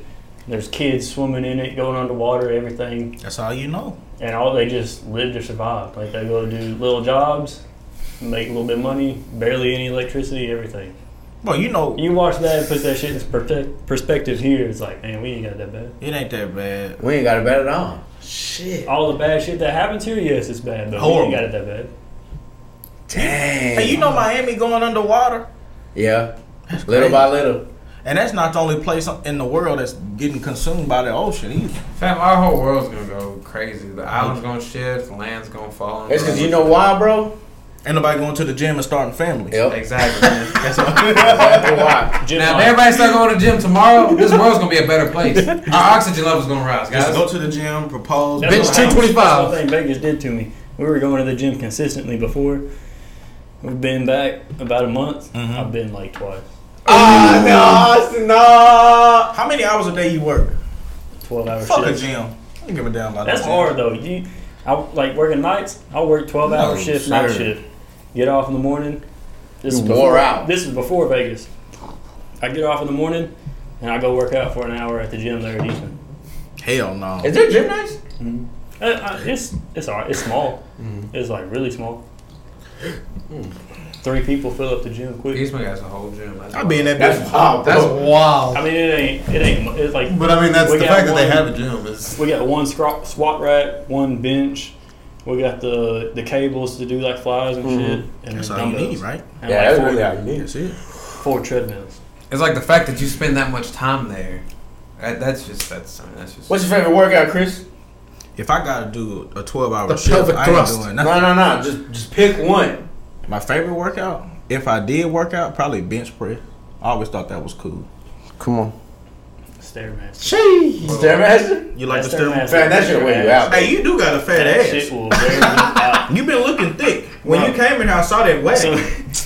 Speaker 4: There's kids swimming in it, going underwater, everything.
Speaker 1: That's all you know.
Speaker 4: and all they just live to survive. Like they go do little jobs, make a little bit of money, barely any electricity, everything.
Speaker 1: Well, you know
Speaker 4: You watch that and put that shit in perspec- perspective here. It's like, man, we ain't got that bad.
Speaker 1: it ain't that bad.
Speaker 2: We ain't got it bad at all.
Speaker 8: Shit.
Speaker 4: All the bad shit that happens here, yes, it's bad, but we
Speaker 1: Horrible.
Speaker 4: ain't got it that bad.
Speaker 8: Dang.
Speaker 1: Hey, you know Miami going underwater,
Speaker 8: Yeah. Little by little.
Speaker 1: and that's not the only place in the world that's getting consumed by the ocean either.
Speaker 3: Fam, our whole world's gonna go crazy. The island's gonna shift, the land's gonna fall.
Speaker 8: It's because you know why, bro?
Speaker 1: Ain't nobody going to the gym and starting families.
Speaker 8: Yep.
Speaker 3: Exactly. That's what-
Speaker 8: Exactly why.
Speaker 4: Gym
Speaker 3: now,
Speaker 4: line.
Speaker 3: if everybody start going to the gym tomorrow, this world's gonna be a better place. Our oxygen level's gonna rise,
Speaker 1: Just
Speaker 3: guys.
Speaker 1: go to the gym, propose.
Speaker 4: That's
Speaker 6: Bench
Speaker 4: what-
Speaker 6: 225.
Speaker 4: That's one thing Vegas did to me. We were going to the gym consistently before. We've been back about a month.
Speaker 1: Mhm.
Speaker 4: I've been like twice,
Speaker 8: Ah, no, no.
Speaker 1: How many hours a day you work?
Speaker 4: twelve hour
Speaker 1: Fuck a
Speaker 4: shifts.
Speaker 1: gym. I don't give a damn about
Speaker 4: That's
Speaker 1: the gym.
Speaker 4: hard though. You, I like working nights. I work twelve hour
Speaker 1: No,
Speaker 4: shift,
Speaker 1: sir.
Speaker 4: night shift. Get off in the morning. This
Speaker 8: You
Speaker 4: is
Speaker 8: wore
Speaker 4: before,
Speaker 8: out.
Speaker 4: This is before Vegas. I get off in the morning, and I go work out for an hour at the gym there at Eastman.
Speaker 1: Hell no.
Speaker 8: Is there gym nights?
Speaker 4: Uh, uh, it's it's all right. It's small.
Speaker 8: Mm-hmm.
Speaker 4: It's like really small. Three people fill up the gym quick.
Speaker 3: Eastman has a whole gym. That's
Speaker 1: I be in that
Speaker 8: That's
Speaker 1: bitch.
Speaker 8: wild,
Speaker 5: That's
Speaker 6: oh.
Speaker 8: bro.
Speaker 5: wild.
Speaker 4: I mean, it ain't. It ain't. mu- It's like
Speaker 9: But I mean, that's
Speaker 4: We
Speaker 9: the
Speaker 4: got
Speaker 9: fact that they
Speaker 4: one-
Speaker 9: have a gym is
Speaker 4: we got one scro- squat rack, one bench. We got the the cables to do like flies and shit. And
Speaker 1: That's
Speaker 4: then
Speaker 1: all you
Speaker 4: dumbbells.
Speaker 1: need, right?
Speaker 4: And
Speaker 8: Mm-hmm. Yeah,
Speaker 4: like
Speaker 8: that's
Speaker 4: four,
Speaker 8: really how you need it.
Speaker 1: That's it.
Speaker 4: four treadmills.
Speaker 3: It's like the fact that you spend that much time there. That, that's just that's I mean, that's just.
Speaker 8: What's your favorite workout, Chris?
Speaker 1: If I gotta do a twelve hour
Speaker 6: The
Speaker 1: shift,
Speaker 6: pelvic
Speaker 1: I ain't
Speaker 6: thrust.
Speaker 1: doing
Speaker 8: No,
Speaker 1: nothing.
Speaker 8: no, no. Just, just pick one.
Speaker 1: My favorite workout, if I did work out, probably bench press. I always thought that was cool.
Speaker 8: Come on.
Speaker 4: Stairmaster.
Speaker 8: Jeez. Stairmaster?
Speaker 1: You like the
Speaker 4: That
Speaker 1: steroid?
Speaker 4: Stairmaster-
Speaker 8: Man, that shit wear you out.
Speaker 1: Hey, you do got a fat
Speaker 4: That
Speaker 1: ass.
Speaker 4: shit will wear you out.
Speaker 1: You been looking thick. When
Speaker 4: Wow.
Speaker 1: you came in here, I saw that wag.
Speaker 4: So-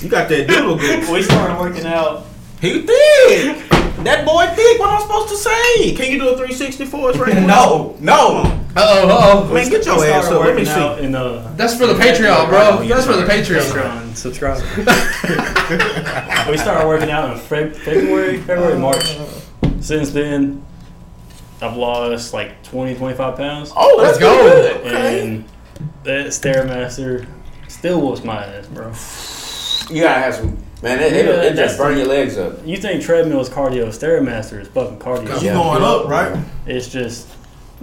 Speaker 1: you got that doodle good.
Speaker 4: We started working out.
Speaker 1: He thick. That boy thick. What I'm supposed to say? Can you do a 360 for us right now?
Speaker 8: No, no.
Speaker 6: Uh oh, uh oh.
Speaker 1: Man, get your
Speaker 4: we
Speaker 1: ass
Speaker 4: started
Speaker 1: up. Let me
Speaker 4: working
Speaker 1: see.
Speaker 4: out in uh,
Speaker 6: That's for the Patreon, bro. That's for the Patreon.
Speaker 4: Patreon. Subscribe. we started working out in Feb- February, February, March. Since then, I've lost like 20, 25 pounds.
Speaker 8: Oh, let's
Speaker 6: Let's go.
Speaker 8: go.
Speaker 4: And that Stairmaster still whoops my ass, bro.
Speaker 8: You gotta have some. Man, it, it,
Speaker 4: Yeah,
Speaker 8: it
Speaker 4: that's
Speaker 8: just burn your legs up.
Speaker 4: You think treadmill is cardio, Stairmaster is fucking cardio.
Speaker 1: You
Speaker 8: Yeah.
Speaker 1: going up, right?
Speaker 4: It's just,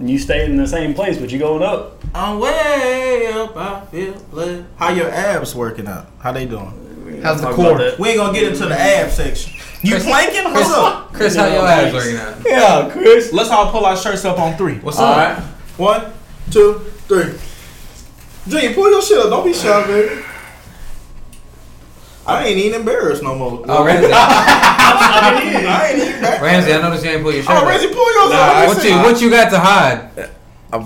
Speaker 4: you stay in the same place, but you going up.
Speaker 1: I'm way up. I feel like. How your abs working out? How they doing?
Speaker 6: How's the
Speaker 4: Talk about
Speaker 6: core?
Speaker 4: that.
Speaker 1: We ain't gonna get into the ab section. You planking? What's up?
Speaker 3: Chris, how your abs looking at?
Speaker 8: Yeah, Chris.
Speaker 1: Let's all pull our shirts up on three. What's
Speaker 8: All right.
Speaker 1: One, two, three. Junior, pull your shit up. Don't be shy, baby. I ain't even embarrassed no more.
Speaker 3: Oh,
Speaker 1: I
Speaker 3: Ramsey.
Speaker 1: ain't- I ain't even embarrassed.
Speaker 3: Ramsey, I noticed you ain't put your shirt.
Speaker 1: Oh,
Speaker 3: up.
Speaker 1: Ramsey, pull yours
Speaker 8: Nah,
Speaker 1: up. Let me
Speaker 3: What
Speaker 1: see.
Speaker 3: you what you got to hide?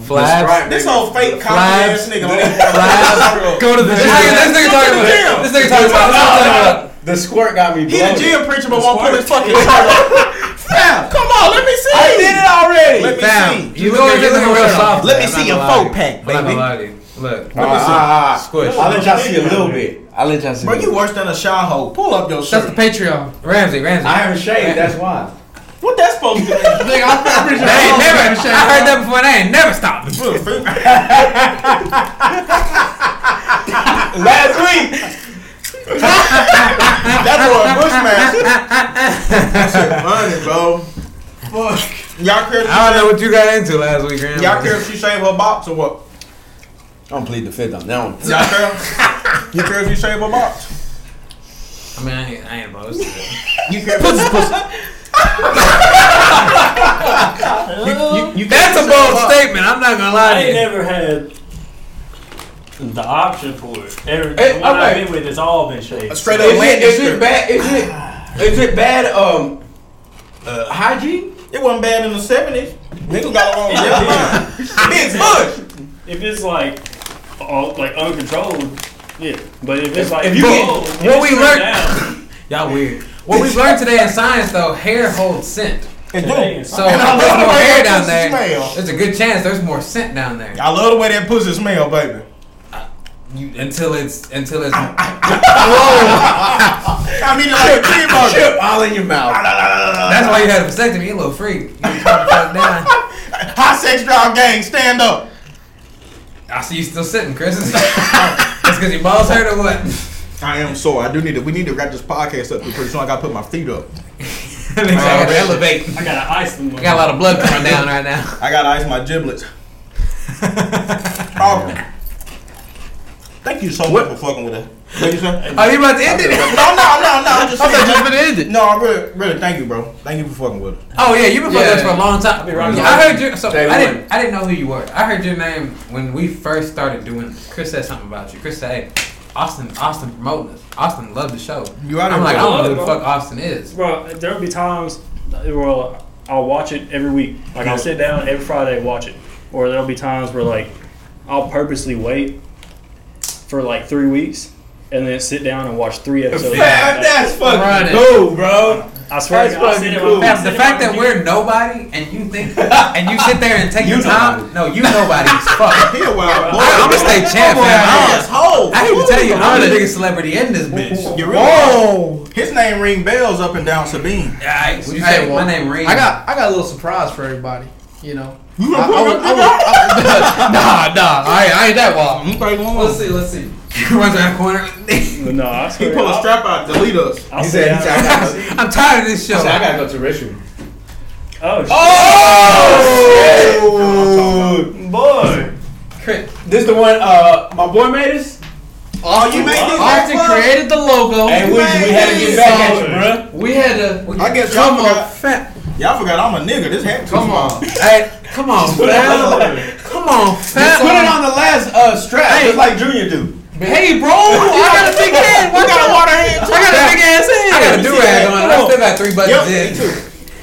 Speaker 3: Flash.
Speaker 1: This whole fake cocky
Speaker 3: Flags.
Speaker 1: ass nigga.
Speaker 3: Flash. Go to the gym. This nigga talking about. This nigga talking about.
Speaker 8: The squirt got me
Speaker 1: He a
Speaker 8: blown.
Speaker 1: gym preacher, but won't pull his fucking shirt up. Fam, come on, let me see. I did it already. Let me
Speaker 3: Fam,
Speaker 1: see.
Speaker 3: you know you're looking real soft.
Speaker 1: Let
Speaker 3: today,
Speaker 1: me
Speaker 3: I'm
Speaker 1: see
Speaker 3: not
Speaker 1: your
Speaker 3: gonna lie to
Speaker 1: four pack,
Speaker 3: you. I'm not
Speaker 1: baby.
Speaker 3: gonna lie to you. Look,
Speaker 8: Ah, ah,
Speaker 3: squish.
Speaker 8: ah. I'll let y'all see a little bit. I'll let y'all see.
Speaker 1: Bro,
Speaker 8: a
Speaker 1: you
Speaker 8: little bit.
Speaker 1: worse than a shy hoe. Pull up your
Speaker 6: That's the
Speaker 1: shirt.
Speaker 6: Patreon.
Speaker 3: Ramsey, Ramsey.
Speaker 8: I haven't shaved. That's why.
Speaker 1: What that's supposed to be?
Speaker 6: Nigga, I'm I'm pretty sure.
Speaker 3: They
Speaker 1: Oh,
Speaker 3: ain't never.
Speaker 6: I'm
Speaker 3: I heard that before. and They ain't never stopped.
Speaker 1: Put a finger-
Speaker 8: Last week.
Speaker 1: That's what a bushmaster. That shit funny, bro. Fuck. Y'all care? If
Speaker 3: I
Speaker 1: she
Speaker 3: don't know what you got into last week, Ramsey.
Speaker 1: shave, y'all care if she shave her box or what?
Speaker 8: I'm plead the fifth on that one.
Speaker 1: Y'all care? You care if you shave her box?
Speaker 3: I mean, I ain't, I ain't opposed to it.
Speaker 1: You care? Pussy, pussy.
Speaker 3: That's a bold statement. I'm not gonna
Speaker 4: I
Speaker 3: lie to
Speaker 4: ain't
Speaker 3: you.
Speaker 4: never had the option for it. Everything
Speaker 8: Hey,
Speaker 4: when I've
Speaker 8: okay.
Speaker 4: been with, it's all been shaved.
Speaker 1: Straight up
Speaker 8: Is it,
Speaker 1: Lancaster.
Speaker 8: is it bad? Is it is it bad? Um, uh, hygiene.
Speaker 1: It wasn't bad in the seventies. Niggas got along just fine. Big Bush.
Speaker 4: If it's like, all, like uncontrolled, yeah. But if it's like,
Speaker 8: if you get-
Speaker 4: controlled, if
Speaker 3: what
Speaker 4: it's
Speaker 3: we
Speaker 4: turned
Speaker 3: learned-
Speaker 4: down,
Speaker 3: Y'all weird. What we've learned today in science, though, hair holds scent.
Speaker 4: today it's
Speaker 3: So if there's more hair down there.
Speaker 1: Smell.
Speaker 3: There's a good chance there's more scent down there.
Speaker 1: I love the way that pussy smell, baby.
Speaker 3: You, until it's until it's
Speaker 1: I mean, like a tree bugger.
Speaker 8: Chip all in your mouth.
Speaker 3: that's why you had a vasectomy. You a little freak. You trying to fuck down.
Speaker 1: High sex drive gang, stand up.
Speaker 3: I see you still sitting, Chris. It's because your balls hurt or what?
Speaker 1: I am sore. I do need to. We need to wrap this podcast up because soon I got to put my feet up.
Speaker 3: Nigga, I gotta elevate.
Speaker 4: I got an ice.
Speaker 3: I got a lot of blood coming down right now.
Speaker 1: I got to ice my giblets. Oh. Thank you so much for fucking with that. What you say?
Speaker 3: Are Oh, you about to end it?
Speaker 1: No, no, no, no. I'm just saying.
Speaker 6: just gonna end it.
Speaker 1: No, I really, really, thank you, bro. Thank you for fucking with us.
Speaker 3: Oh yeah, you've been fucking
Speaker 5: Yeah.
Speaker 3: with us for a long time.
Speaker 2: around
Speaker 3: Yeah,
Speaker 2: the
Speaker 3: I heard you. So
Speaker 2: Day
Speaker 3: I
Speaker 2: one.
Speaker 3: didn't. I didn't know who you were. I heard your name when we first started doing. This. Chris said something about you. Chris said, "Hey, Austin, Austin promoting us. Austin loved the show."
Speaker 1: You out
Speaker 3: I'm
Speaker 1: of
Speaker 3: like, I
Speaker 1: here.
Speaker 3: don't know
Speaker 4: Love
Speaker 3: who
Speaker 4: it,
Speaker 3: the
Speaker 4: bro.
Speaker 3: fuck Austin is.
Speaker 4: Bro, there'll be times where I'll watch it every week. Like I'll sit down every Friday and watch it. Or there'll be times where like I'll purposely wait for like three weeks and then sit down and watch three episodes.
Speaker 2: Fam, that's fucking
Speaker 6: Friday.
Speaker 2: cool, bro.
Speaker 4: I swear to
Speaker 2: that's
Speaker 4: God, I'll
Speaker 2: fucking
Speaker 4: sit in
Speaker 2: cool.
Speaker 4: my,
Speaker 3: Fam,
Speaker 4: I'll sit
Speaker 3: the
Speaker 4: in
Speaker 3: fact
Speaker 4: my
Speaker 3: that
Speaker 4: computer.
Speaker 3: we're nobody and you think and you sit there and take your time. No, you nobody as fuck.
Speaker 1: He a wild boy.
Speaker 3: I'm gonna stay champ,
Speaker 1: Boy,
Speaker 3: man.
Speaker 1: asshole.
Speaker 3: I hate to tell you, I'm the biggest celebrity in this bitch.
Speaker 1: You really Whoa. His name ring bells up and down Sabine.
Speaker 3: Alright, would you
Speaker 6: Hey,
Speaker 3: say
Speaker 6: well,
Speaker 3: my name rings?
Speaker 6: I got I got a little surprise for everybody. You know.
Speaker 1: You
Speaker 6: I- I
Speaker 1: gonna put your
Speaker 6: would- I
Speaker 1: dick
Speaker 6: would-
Speaker 1: out?
Speaker 6: I would- Nah, nah. I ain't, I ain't that wild.
Speaker 1: I'm 31.
Speaker 5: Let's see, let's see.
Speaker 3: He runs around the corner.
Speaker 4: No, I swear.
Speaker 1: He pull a
Speaker 4: I'll-
Speaker 1: strap out, delete us.
Speaker 4: I'll
Speaker 8: He
Speaker 4: sit
Speaker 8: said, he said,
Speaker 4: down.
Speaker 8: I gotta go-
Speaker 3: I'm tired of this show.
Speaker 8: he said, I gotta go to the restroom.
Speaker 4: Oh,
Speaker 8: Oh,
Speaker 4: shit. boy.
Speaker 8: This is the one uh, my boy made us.
Speaker 1: Oh, you made this
Speaker 6: Austin
Speaker 1: up?
Speaker 6: created the logo.
Speaker 8: Hey, we, we had to get back at you, bro.
Speaker 6: we had to. We
Speaker 1: I guess y'all
Speaker 6: come on,
Speaker 1: forgot.
Speaker 6: fam.
Speaker 1: Y'all forgot I'm a nigga. This hat
Speaker 6: Come on,
Speaker 3: Hey, come on, fam. Come on,
Speaker 8: Put it
Speaker 3: fam.
Speaker 8: on the last uh, strap, just like Junior do.
Speaker 3: Hey, bro, I got a big head. Watch out.
Speaker 1: water hand.
Speaker 3: I got a big ass head. I got a
Speaker 1: You see
Speaker 3: do rag
Speaker 1: that?
Speaker 3: on.
Speaker 1: Come
Speaker 3: I
Speaker 1: on.
Speaker 3: still got three
Speaker 1: Yup,
Speaker 3: buttons
Speaker 1: me
Speaker 3: in.
Speaker 1: too.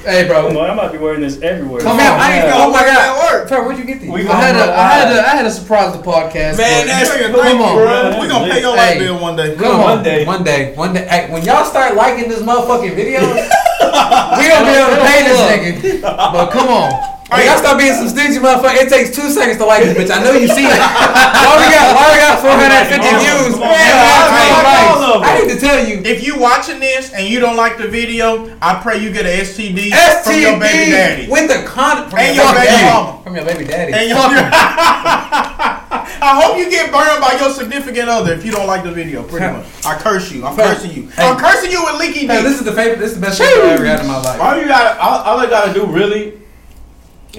Speaker 6: hey, bro.
Speaker 4: Boy, I might be wearing this everywhere.
Speaker 6: Come
Speaker 3: Fam, I
Speaker 6: on,
Speaker 3: ain't
Speaker 6: man.
Speaker 3: gonna. Oh my
Speaker 1: That
Speaker 3: god.
Speaker 1: work.
Speaker 3: Fam, where'd you get this?
Speaker 4: We
Speaker 6: I had
Speaker 4: gonna
Speaker 6: a,
Speaker 4: go
Speaker 6: I had
Speaker 4: live.
Speaker 6: a, I had a surprise the podcast.
Speaker 8: Man,
Speaker 6: but-
Speaker 8: that's-
Speaker 1: Thank
Speaker 6: Come
Speaker 1: you,
Speaker 6: on.
Speaker 1: bro. We gonna pay your light
Speaker 6: Hey.
Speaker 1: bill one day.
Speaker 6: come on.
Speaker 4: Monday. Hey.
Speaker 3: One day, one day. Hey, when y'all start liking this motherfucking video, we gonna be able to pay this nigga.
Speaker 6: But come on,
Speaker 3: When y'all start being some stingy motherfucker, it takes two seconds to like this bitch. I know you see it. Why we got, why we got 450 views?
Speaker 4: Come on,
Speaker 3: and
Speaker 1: man.
Speaker 3: got
Speaker 4: All
Speaker 3: 20
Speaker 4: of
Speaker 3: likes?
Speaker 4: them.
Speaker 3: I need to tell you.
Speaker 1: If you watching this and you don't like the video, I pray you get an STD, from your baby
Speaker 3: STD
Speaker 1: daddy.
Speaker 3: with the condom from
Speaker 1: And
Speaker 3: your,
Speaker 1: your
Speaker 3: baby
Speaker 1: baby
Speaker 3: daddy.
Speaker 1: mama.
Speaker 3: From your baby daddy.
Speaker 1: And your, I hope you get burned by your significant other if you don't like the video. Pretty much, I curse you. I'm cursing you. I'm cursing you with leaky
Speaker 3: Hey,
Speaker 1: dick.
Speaker 3: this is the favorite. This is the best thing I ever had in my life.
Speaker 8: All you gotta, all, all I gotta do really,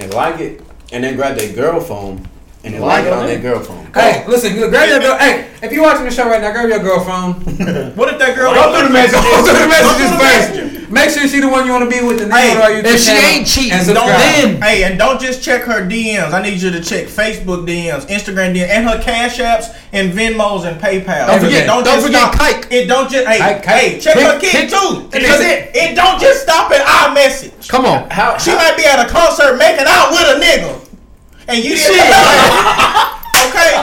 Speaker 8: and like it, and then grab that girl phone and then like it on that girl phone.
Speaker 3: Hey, listen, you- grab your girl. Hey, if you're watching the show right now, grab your girl phone.
Speaker 1: What if that girl?
Speaker 8: Go through the message.
Speaker 3: Go through the
Speaker 1: Go
Speaker 3: messages
Speaker 1: through the
Speaker 3: first. Make sure she the one you want to be with, and then
Speaker 1: Hey,
Speaker 3: go to our YouTube
Speaker 6: if she
Speaker 3: channel
Speaker 6: ain't cheating,
Speaker 3: and
Speaker 6: don't
Speaker 3: subscribe.
Speaker 6: then.
Speaker 1: Hey, and don't just check her DMs. I need you to check Facebook DMs, Instagram DMs, and her Cash Apps and Venmos and PayPal.
Speaker 3: Don't forget-
Speaker 6: don't
Speaker 1: just
Speaker 6: forget
Speaker 1: stop-
Speaker 6: Kike.
Speaker 1: It don't just hey
Speaker 3: Kike, Kike.
Speaker 1: hey check her
Speaker 6: Kick-
Speaker 1: kid
Speaker 6: kick-
Speaker 1: too
Speaker 6: kick-
Speaker 1: because it it don't just stop at iMessage.
Speaker 6: come on.
Speaker 8: How?
Speaker 1: She might be at a concert making out with a nigga, and you didn't know. okay.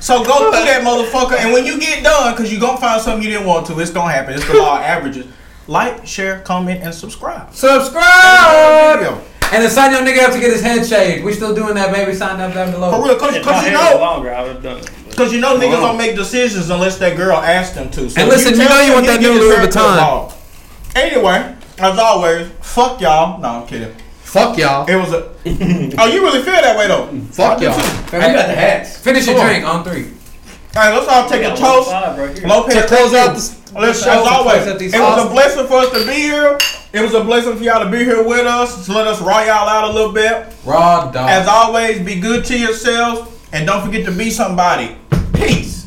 Speaker 1: So go through that motherfucker, and when you get done, cause you gonna find something you didn't want to. It's gonna happen. It's the law of averages. Like, share, comment, and subscribe.
Speaker 3: Subscribe.
Speaker 1: Video.
Speaker 3: And then sign your nigga up to get his head shaved. We still doing that, baby. Sign up down
Speaker 1: For
Speaker 3: below.
Speaker 1: real, cause,
Speaker 4: If my
Speaker 1: cause you
Speaker 4: hair was
Speaker 1: know,
Speaker 4: longer, I would have done it.
Speaker 1: Because you know niggas don't make decisions unless that girl asks them to. So
Speaker 3: And
Speaker 1: if
Speaker 3: listen,
Speaker 1: tell
Speaker 3: you know you
Speaker 1: him,
Speaker 3: want
Speaker 1: he'll
Speaker 3: that
Speaker 1: get
Speaker 3: new
Speaker 1: his
Speaker 3: Louis
Speaker 1: hair
Speaker 3: Vuitton.
Speaker 1: cut off. Anyway, as always, fuck y'all. No, I'm kidding.
Speaker 6: Fuck y'all.
Speaker 1: It was a. oh, you really feel that way though?
Speaker 6: Fuck y'all.
Speaker 8: Fam, you got the hats.
Speaker 3: Finish your
Speaker 1: Come on.
Speaker 3: drink on three.
Speaker 1: All right, let's all take a toast.
Speaker 4: Five right here.
Speaker 1: Lopez,
Speaker 6: To close
Speaker 1: thank
Speaker 6: out
Speaker 1: you.
Speaker 6: this-
Speaker 1: Let's, as
Speaker 3: this house and
Speaker 1: always,
Speaker 3: close out these
Speaker 1: it was a
Speaker 3: houses.
Speaker 1: blessing for us to be here. It was a blessing for y'all to be here with us. To let us raw y'all out a little bit.
Speaker 3: Raw dog.
Speaker 1: As always, be good to yourselves and don't forget to be somebody. Peace.